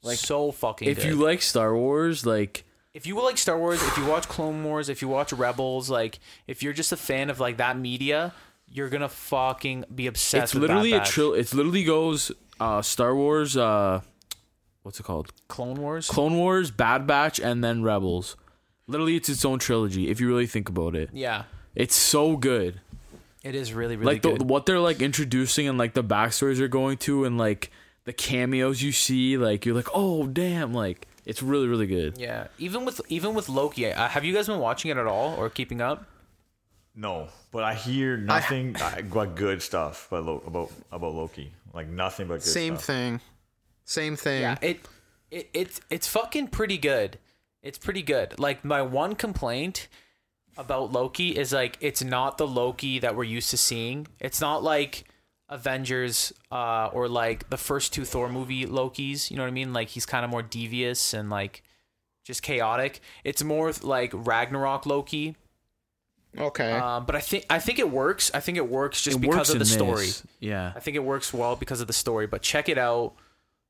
[SPEAKER 2] Like so fucking
[SPEAKER 3] If
[SPEAKER 2] good.
[SPEAKER 3] you like Star Wars, like,
[SPEAKER 2] if you like Star Wars, if you watch Clone Wars, if you watch Rebels, like if you're just a fan of like that media, you're gonna fucking be obsessed.
[SPEAKER 3] it's
[SPEAKER 2] with
[SPEAKER 3] literally
[SPEAKER 2] Bad
[SPEAKER 3] a
[SPEAKER 2] Batch.
[SPEAKER 3] trill. It's literally goes uh Star Wars. Uh, what's it called?
[SPEAKER 2] Clone Wars.
[SPEAKER 3] Clone Wars, Bad Batch, and then Rebels. Literally, it's its own trilogy. If you really think about it,
[SPEAKER 2] yeah,
[SPEAKER 3] it's so good.
[SPEAKER 2] it is really really
[SPEAKER 3] like the,
[SPEAKER 2] good.
[SPEAKER 3] what they're like introducing and like the backstories they're going to and like the cameos you see like you're like oh damn like it's really really good
[SPEAKER 2] yeah, even with even with Loki, uh, have you guys been watching it at all or keeping up?
[SPEAKER 1] No, but I hear nothing I, but good stuff but lo- about about Loki. Like nothing but good
[SPEAKER 4] Same
[SPEAKER 1] stuff.
[SPEAKER 4] thing, same thing.
[SPEAKER 2] it, it it's it's fucking pretty good. It's pretty good. Like my one complaint about Loki is like it's not the Loki that we're used to seeing. It's not like Avengers uh, or like the first two Thor movie Lokis. You know what I mean? Like he's kind of more devious and like just chaotic. It's more like Ragnarok Loki.
[SPEAKER 4] Okay.
[SPEAKER 2] Um, but I think I think it works. I think it works just
[SPEAKER 3] It
[SPEAKER 2] because
[SPEAKER 3] works
[SPEAKER 2] of
[SPEAKER 3] in
[SPEAKER 2] the
[SPEAKER 3] this.
[SPEAKER 2] story.
[SPEAKER 3] yeah
[SPEAKER 2] I think it works well because of the story. But check it out.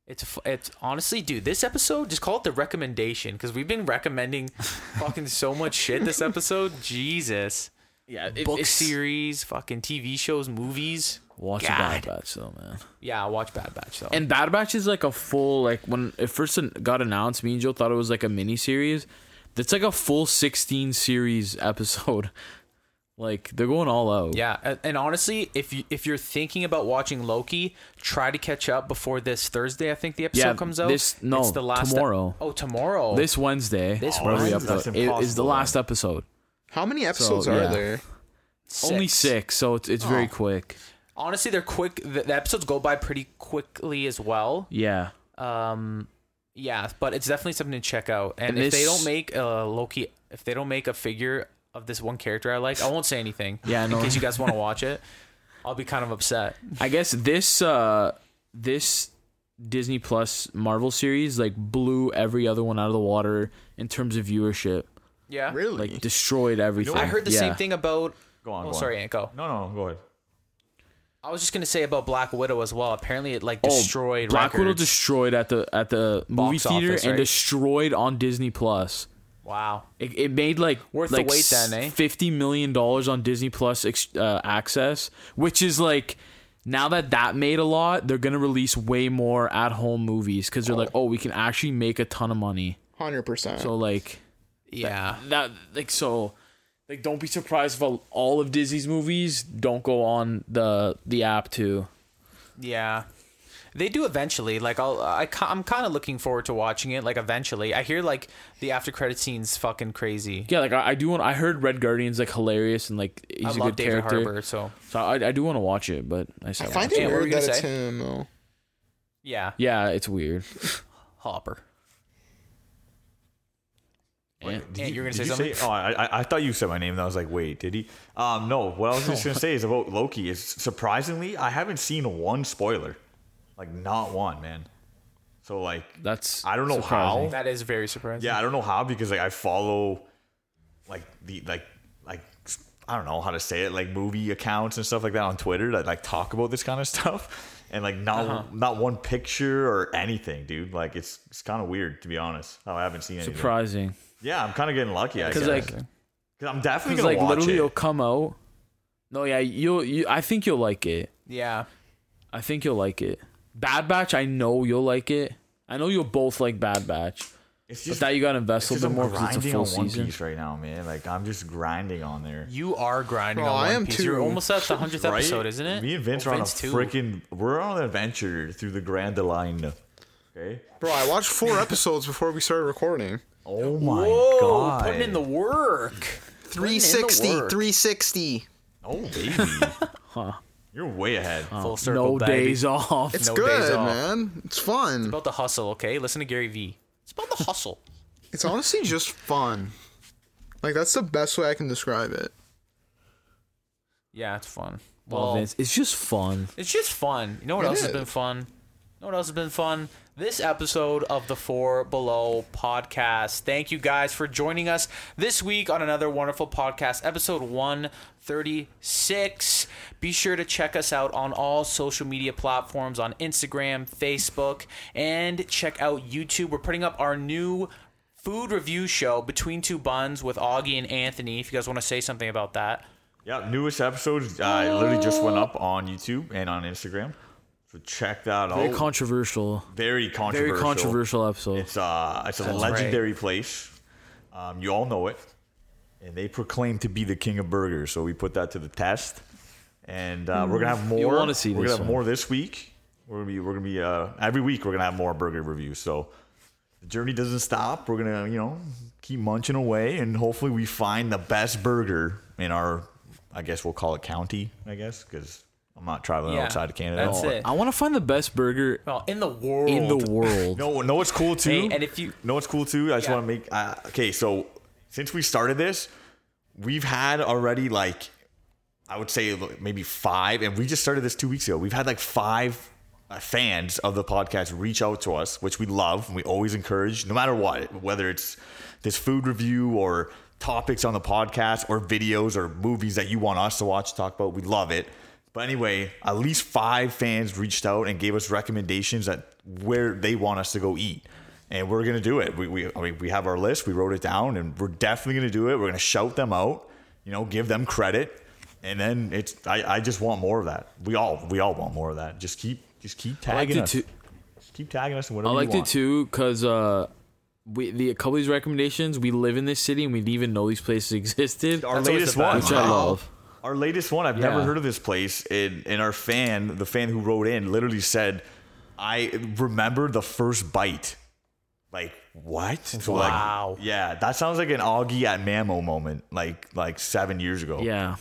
[SPEAKER 2] It's f- it's honestly, dude. This episode, just call it the recommendation because we've been recommending fucking so much shit this episode. Jesus,
[SPEAKER 3] yeah
[SPEAKER 2] book series, fucking TV shows, movies.
[SPEAKER 3] watch
[SPEAKER 2] God.
[SPEAKER 3] bad batch though man
[SPEAKER 2] Yeah, watch Bad Batch though.
[SPEAKER 3] and bad batch is like a full like when it first got announced me and joe thought it was like a mini series that's like a full 16 series episode like they're going all out
[SPEAKER 2] yeah, a- and honestly, if you if you're thinking about watching Loki, try to catch up before this Thursday. I think the episode
[SPEAKER 3] Yeah,
[SPEAKER 2] comes out.
[SPEAKER 3] this- no, tomorrow.
[SPEAKER 2] oh, tomorrow.
[SPEAKER 3] this wednesday
[SPEAKER 2] This
[SPEAKER 3] where we
[SPEAKER 1] That's
[SPEAKER 2] Wednesday.
[SPEAKER 3] upload- it is the
[SPEAKER 1] impossible,
[SPEAKER 3] last episode
[SPEAKER 4] How many episodes
[SPEAKER 3] So,
[SPEAKER 4] are
[SPEAKER 3] yeah.
[SPEAKER 4] there?
[SPEAKER 3] only six so it's, it's very quick
[SPEAKER 2] Honestly, they're quick. The, the episodes go by pretty quickly as well.
[SPEAKER 3] yeah
[SPEAKER 2] Um, yeah, but it's definitely something to check out. And,
[SPEAKER 3] And
[SPEAKER 2] if they
[SPEAKER 3] this-
[SPEAKER 2] don't make a Loki, if they don't make a figure of this one character I like, I won't say anything.
[SPEAKER 3] Yeah,
[SPEAKER 2] in
[SPEAKER 3] no.
[SPEAKER 2] case you guys want to watch it, I'll be kind of upset.
[SPEAKER 3] I guess this uh this Disney Plus Marvel series like blew every other one out of the water in terms of viewership.
[SPEAKER 2] Yeah.
[SPEAKER 4] Really?
[SPEAKER 3] Like destroyed everything.
[SPEAKER 2] I heard the
[SPEAKER 3] Yeah.
[SPEAKER 2] same thing about.
[SPEAKER 1] Go on.
[SPEAKER 2] Oh,
[SPEAKER 1] go on.
[SPEAKER 2] sorry, Ant, go.
[SPEAKER 1] No, no, go ahead.
[SPEAKER 2] I was just gonna say about Black Widow as well. Apparently, it like destroyed.
[SPEAKER 3] Oh, Black Widow
[SPEAKER 2] records.
[SPEAKER 3] destroyed at the at the movie
[SPEAKER 2] Box
[SPEAKER 3] theater
[SPEAKER 2] office,
[SPEAKER 3] and
[SPEAKER 2] right?
[SPEAKER 3] destroyed on Disney Plus.
[SPEAKER 2] Wow.
[SPEAKER 3] It, it made like
[SPEAKER 2] Worth the
[SPEAKER 3] like
[SPEAKER 2] wait then, eh?
[SPEAKER 3] fifty million dollars on Disney Plus ex- uh, access, which is like now that that made a lot, they're gonna release way more at home movies because they're like, oh, we can actually make a ton of money.
[SPEAKER 4] Hundred percent.
[SPEAKER 3] So like
[SPEAKER 2] Yeah.
[SPEAKER 3] that, like so, like don't be surprised if all- all of Disney's movies don't go on the the app too.
[SPEAKER 2] Yeah. They do eventually. Like I'll, I, ki- I'm kind of looking forward to watching it. Like eventually, I hear like the after credit scenes fucking crazy.
[SPEAKER 3] Yeah, like I, I do want. I heard Red Guardian's like hilarious and like he's
[SPEAKER 2] I
[SPEAKER 3] a
[SPEAKER 2] love
[SPEAKER 3] good
[SPEAKER 2] David
[SPEAKER 3] character.
[SPEAKER 2] Harbour, so
[SPEAKER 3] So I, I do want to watch it, but I,
[SPEAKER 4] I
[SPEAKER 3] still
[SPEAKER 4] find
[SPEAKER 2] Yeah,
[SPEAKER 4] it
[SPEAKER 2] what were
[SPEAKER 4] weird
[SPEAKER 2] you
[SPEAKER 4] that
[SPEAKER 2] gonna
[SPEAKER 4] it's
[SPEAKER 2] say?
[SPEAKER 4] him though.
[SPEAKER 2] yeah,
[SPEAKER 3] Yeah, it's weird.
[SPEAKER 2] Hopper.
[SPEAKER 3] Yeah.
[SPEAKER 2] Ant, you were
[SPEAKER 1] Did
[SPEAKER 2] gonna say
[SPEAKER 1] you
[SPEAKER 2] something.
[SPEAKER 1] Say, oh, I, I- I thought you said my name, and I was like, wait, did he? Um, no. What I was just gonna say is about Loki. Is surprisingly, I haven't seen one spoiler, like not one, man. So like,
[SPEAKER 3] That's
[SPEAKER 1] I don't know
[SPEAKER 3] surprising.
[SPEAKER 1] how.
[SPEAKER 2] that is very surprising.
[SPEAKER 1] Yeah, I don't know how because like I follow, like the like like I don't know how to say it like movie accounts and stuff like that on Twitter that like talk about this kind of stuff, and like not
[SPEAKER 2] Uh-huh.
[SPEAKER 1] not one picture or anything, dude. Like it's it's kind of weird to be honest. how I haven't seen anything.
[SPEAKER 3] surprising
[SPEAKER 1] Yeah, I'm kind of getting lucky. I
[SPEAKER 3] because
[SPEAKER 1] guess.
[SPEAKER 3] like
[SPEAKER 1] Cause I'm definitely
[SPEAKER 3] 'cause,
[SPEAKER 1] gonna
[SPEAKER 3] like
[SPEAKER 1] watch
[SPEAKER 3] literally
[SPEAKER 1] it.
[SPEAKER 3] it'll come out. No, yeah, you'll you. I think you'll like it.
[SPEAKER 2] yeah.
[SPEAKER 3] I think you'll like it. Bad Batch, I know you'll like it. I know you'll both like Bad Batch,
[SPEAKER 1] It's
[SPEAKER 3] but
[SPEAKER 1] just,
[SPEAKER 3] that you gotta invest
[SPEAKER 1] it's
[SPEAKER 3] a
[SPEAKER 1] just
[SPEAKER 3] little
[SPEAKER 1] I'm
[SPEAKER 3] bit more because it's a
[SPEAKER 1] grinding
[SPEAKER 3] full
[SPEAKER 1] on One
[SPEAKER 3] season.
[SPEAKER 1] Piece right now, man. Like I'm just grinding on there.
[SPEAKER 2] You are grinding.
[SPEAKER 4] Bro,
[SPEAKER 2] on
[SPEAKER 4] I
[SPEAKER 2] One
[SPEAKER 4] am
[SPEAKER 2] Piece.
[SPEAKER 4] too.
[SPEAKER 2] You're almost at the hundredth
[SPEAKER 1] Right?
[SPEAKER 2] episode, isn't it?
[SPEAKER 1] Me and Vince
[SPEAKER 2] Oh,
[SPEAKER 1] are on a
[SPEAKER 2] too.
[SPEAKER 1] freaking. We're on an adventure through the Grand Line. Okay.
[SPEAKER 4] Bro, I watched four episodes before we started recording.
[SPEAKER 1] Oh my
[SPEAKER 2] Whoa,
[SPEAKER 1] god.
[SPEAKER 2] putting in the work.
[SPEAKER 4] 360,
[SPEAKER 2] Putting in the work.
[SPEAKER 4] 360.
[SPEAKER 1] Oh baby. huh. You're way ahead.
[SPEAKER 2] Full circle.
[SPEAKER 3] No
[SPEAKER 2] baby.
[SPEAKER 3] days off.
[SPEAKER 4] It's
[SPEAKER 2] No days
[SPEAKER 4] good,
[SPEAKER 2] off.
[SPEAKER 4] man. It's fun.
[SPEAKER 2] About the hustle, okay? Listen to Gary V. It's about the hustle.
[SPEAKER 4] It's honestly just fun. Like that's the best way I can describe it.
[SPEAKER 2] yeah, it's fun.
[SPEAKER 3] Well,
[SPEAKER 2] Well,
[SPEAKER 3] Vince, it's just fun.
[SPEAKER 2] It's just fun. You know what
[SPEAKER 4] It
[SPEAKER 2] else has
[SPEAKER 4] is.
[SPEAKER 2] been fun? You know what else has been fun? This episode of the Four Below podcast. Thank you guys for joining us this week on another wonderful podcast, episode 136. Be sure to check us out on all social media platforms on Instagram, Facebook, and check out YouTube. We're putting up our new food review show, Between Two Buns, with Augie and Anthony. If you guys want to say something about that.
[SPEAKER 1] Yeah, newest episodes uh, literally just went up on YouTube and on Instagram. So check that
[SPEAKER 3] Very
[SPEAKER 1] out.
[SPEAKER 3] controversial.
[SPEAKER 1] very controversial.
[SPEAKER 3] Very Oh. controversial episode.
[SPEAKER 1] It's uh, it's a
[SPEAKER 2] right.
[SPEAKER 1] legendary place. Um, you all know it, and they proclaim to be the king of burgers. So we put that to the test, and uh, we're gonna
[SPEAKER 2] Hmm.
[SPEAKER 1] have more.
[SPEAKER 3] wanna see
[SPEAKER 1] We're
[SPEAKER 3] this
[SPEAKER 1] gonna have
[SPEAKER 3] one.
[SPEAKER 1] more this week. We're gonna be. We're gonna be. Uh, every week we're gonna have more burger reviews. So the journey doesn't stop. We're gonna, you know, keep munching away, and hopefully we find the best burger in our. I guess we'll call it county. I guess because I'm not
[SPEAKER 3] Oh,
[SPEAKER 1] traveling
[SPEAKER 2] Yeah,
[SPEAKER 1] outside of Canada.
[SPEAKER 2] that's
[SPEAKER 1] But-
[SPEAKER 2] it.
[SPEAKER 3] I want to find the best burger
[SPEAKER 2] Well, in the world.
[SPEAKER 3] in the world.
[SPEAKER 1] No, no, what's cool too?
[SPEAKER 2] Hey, and if you-
[SPEAKER 1] know what's cool too, I just
[SPEAKER 2] Yeah.
[SPEAKER 1] want to make. Uh, okay, so since we started this, we've had already like, I would say maybe five, and we just started this two weeks ago. We've had like five uh, fans of the podcast reach out to us, which we love and we always encourage, no matter what, whether it's this food review or topics on the podcast or videos or movies that you want us to watch, talk about. We love it. But anyway, at least five fans reached out and gave us recommendations that where they want us to go eat. And we're gonna do it. We we I mean, we have our list. We wrote it down, and we're definitely gonna do it. We're gonna shout them out, you know, give them credit, and then it's. I, I just want more of that. We all we all want more of that. Just keep just keep
[SPEAKER 3] I liked
[SPEAKER 1] tagging
[SPEAKER 3] it
[SPEAKER 1] us.
[SPEAKER 3] too.
[SPEAKER 1] Just keep tagging us and
[SPEAKER 3] I
[SPEAKER 1] whatever
[SPEAKER 3] liked
[SPEAKER 1] you
[SPEAKER 3] it
[SPEAKER 1] want.
[SPEAKER 3] too because uh, we the a couple of these recommendations. We live in this city and we didn't even know these places existed,
[SPEAKER 1] Our
[SPEAKER 2] always
[SPEAKER 3] which
[SPEAKER 1] latest
[SPEAKER 2] the
[SPEAKER 1] one.
[SPEAKER 2] best.
[SPEAKER 3] I love.
[SPEAKER 1] Our latest one, I've never
[SPEAKER 3] Yeah.
[SPEAKER 1] heard of this place. And, and our fan, the fan who wrote in, literally said, I remember the first bite. Like, what? So, like,
[SPEAKER 2] Wow.
[SPEAKER 1] yeah, that sounds like an Augie at Mammo moment, like like seven years ago.
[SPEAKER 3] Oh. Yeah.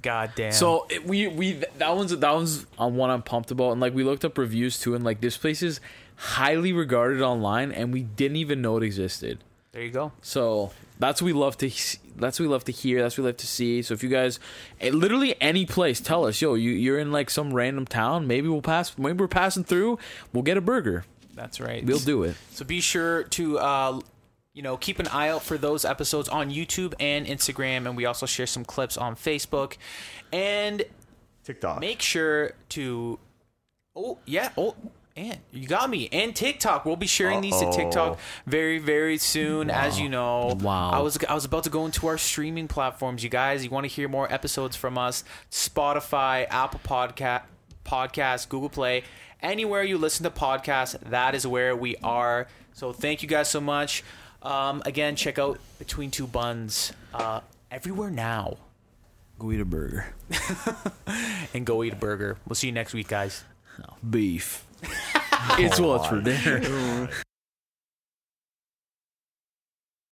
[SPEAKER 2] God damn.
[SPEAKER 3] So it, we we that one's that one's on one I'm pumped about, and like we looked up reviews too, and like this place is highly regarded online, and we didn't even know it existed.
[SPEAKER 2] there you go.
[SPEAKER 3] So that's what we love to he- that's what we love to hear. That's what we love to see. So if you guys, eh, literally any place, tell us, yo, you you're in like some random town. Maybe we'll pass. Maybe we're passing through. We'll get a burger.
[SPEAKER 2] That's right.
[SPEAKER 3] We'll do it.
[SPEAKER 2] So be sure to, uh, you know, keep an eye out for those episodes on YouTube and Instagram, and we also share some clips on Facebook. And
[SPEAKER 1] TikTok.
[SPEAKER 2] make sure to, oh yeah, oh. And you got me. And TikTok. We'll be sharing these to TikTok
[SPEAKER 1] Uh-oh.
[SPEAKER 2] very, very soon, as you know.
[SPEAKER 3] Oh. Wow.
[SPEAKER 2] I was I was about to go into our streaming platforms, you guys. You want to hear more episodes from us, Spotify, Apple Podcast Podcast, Google Play, anywhere you listen to podcasts, that is where we are. So thank you guys so much. Um, again, check out Between Two Buns uh, everywhere now
[SPEAKER 3] Go eat a burger.
[SPEAKER 2] and go eat a burger. We'll see you next week, guys.
[SPEAKER 3] Beef. it's what's for dinner.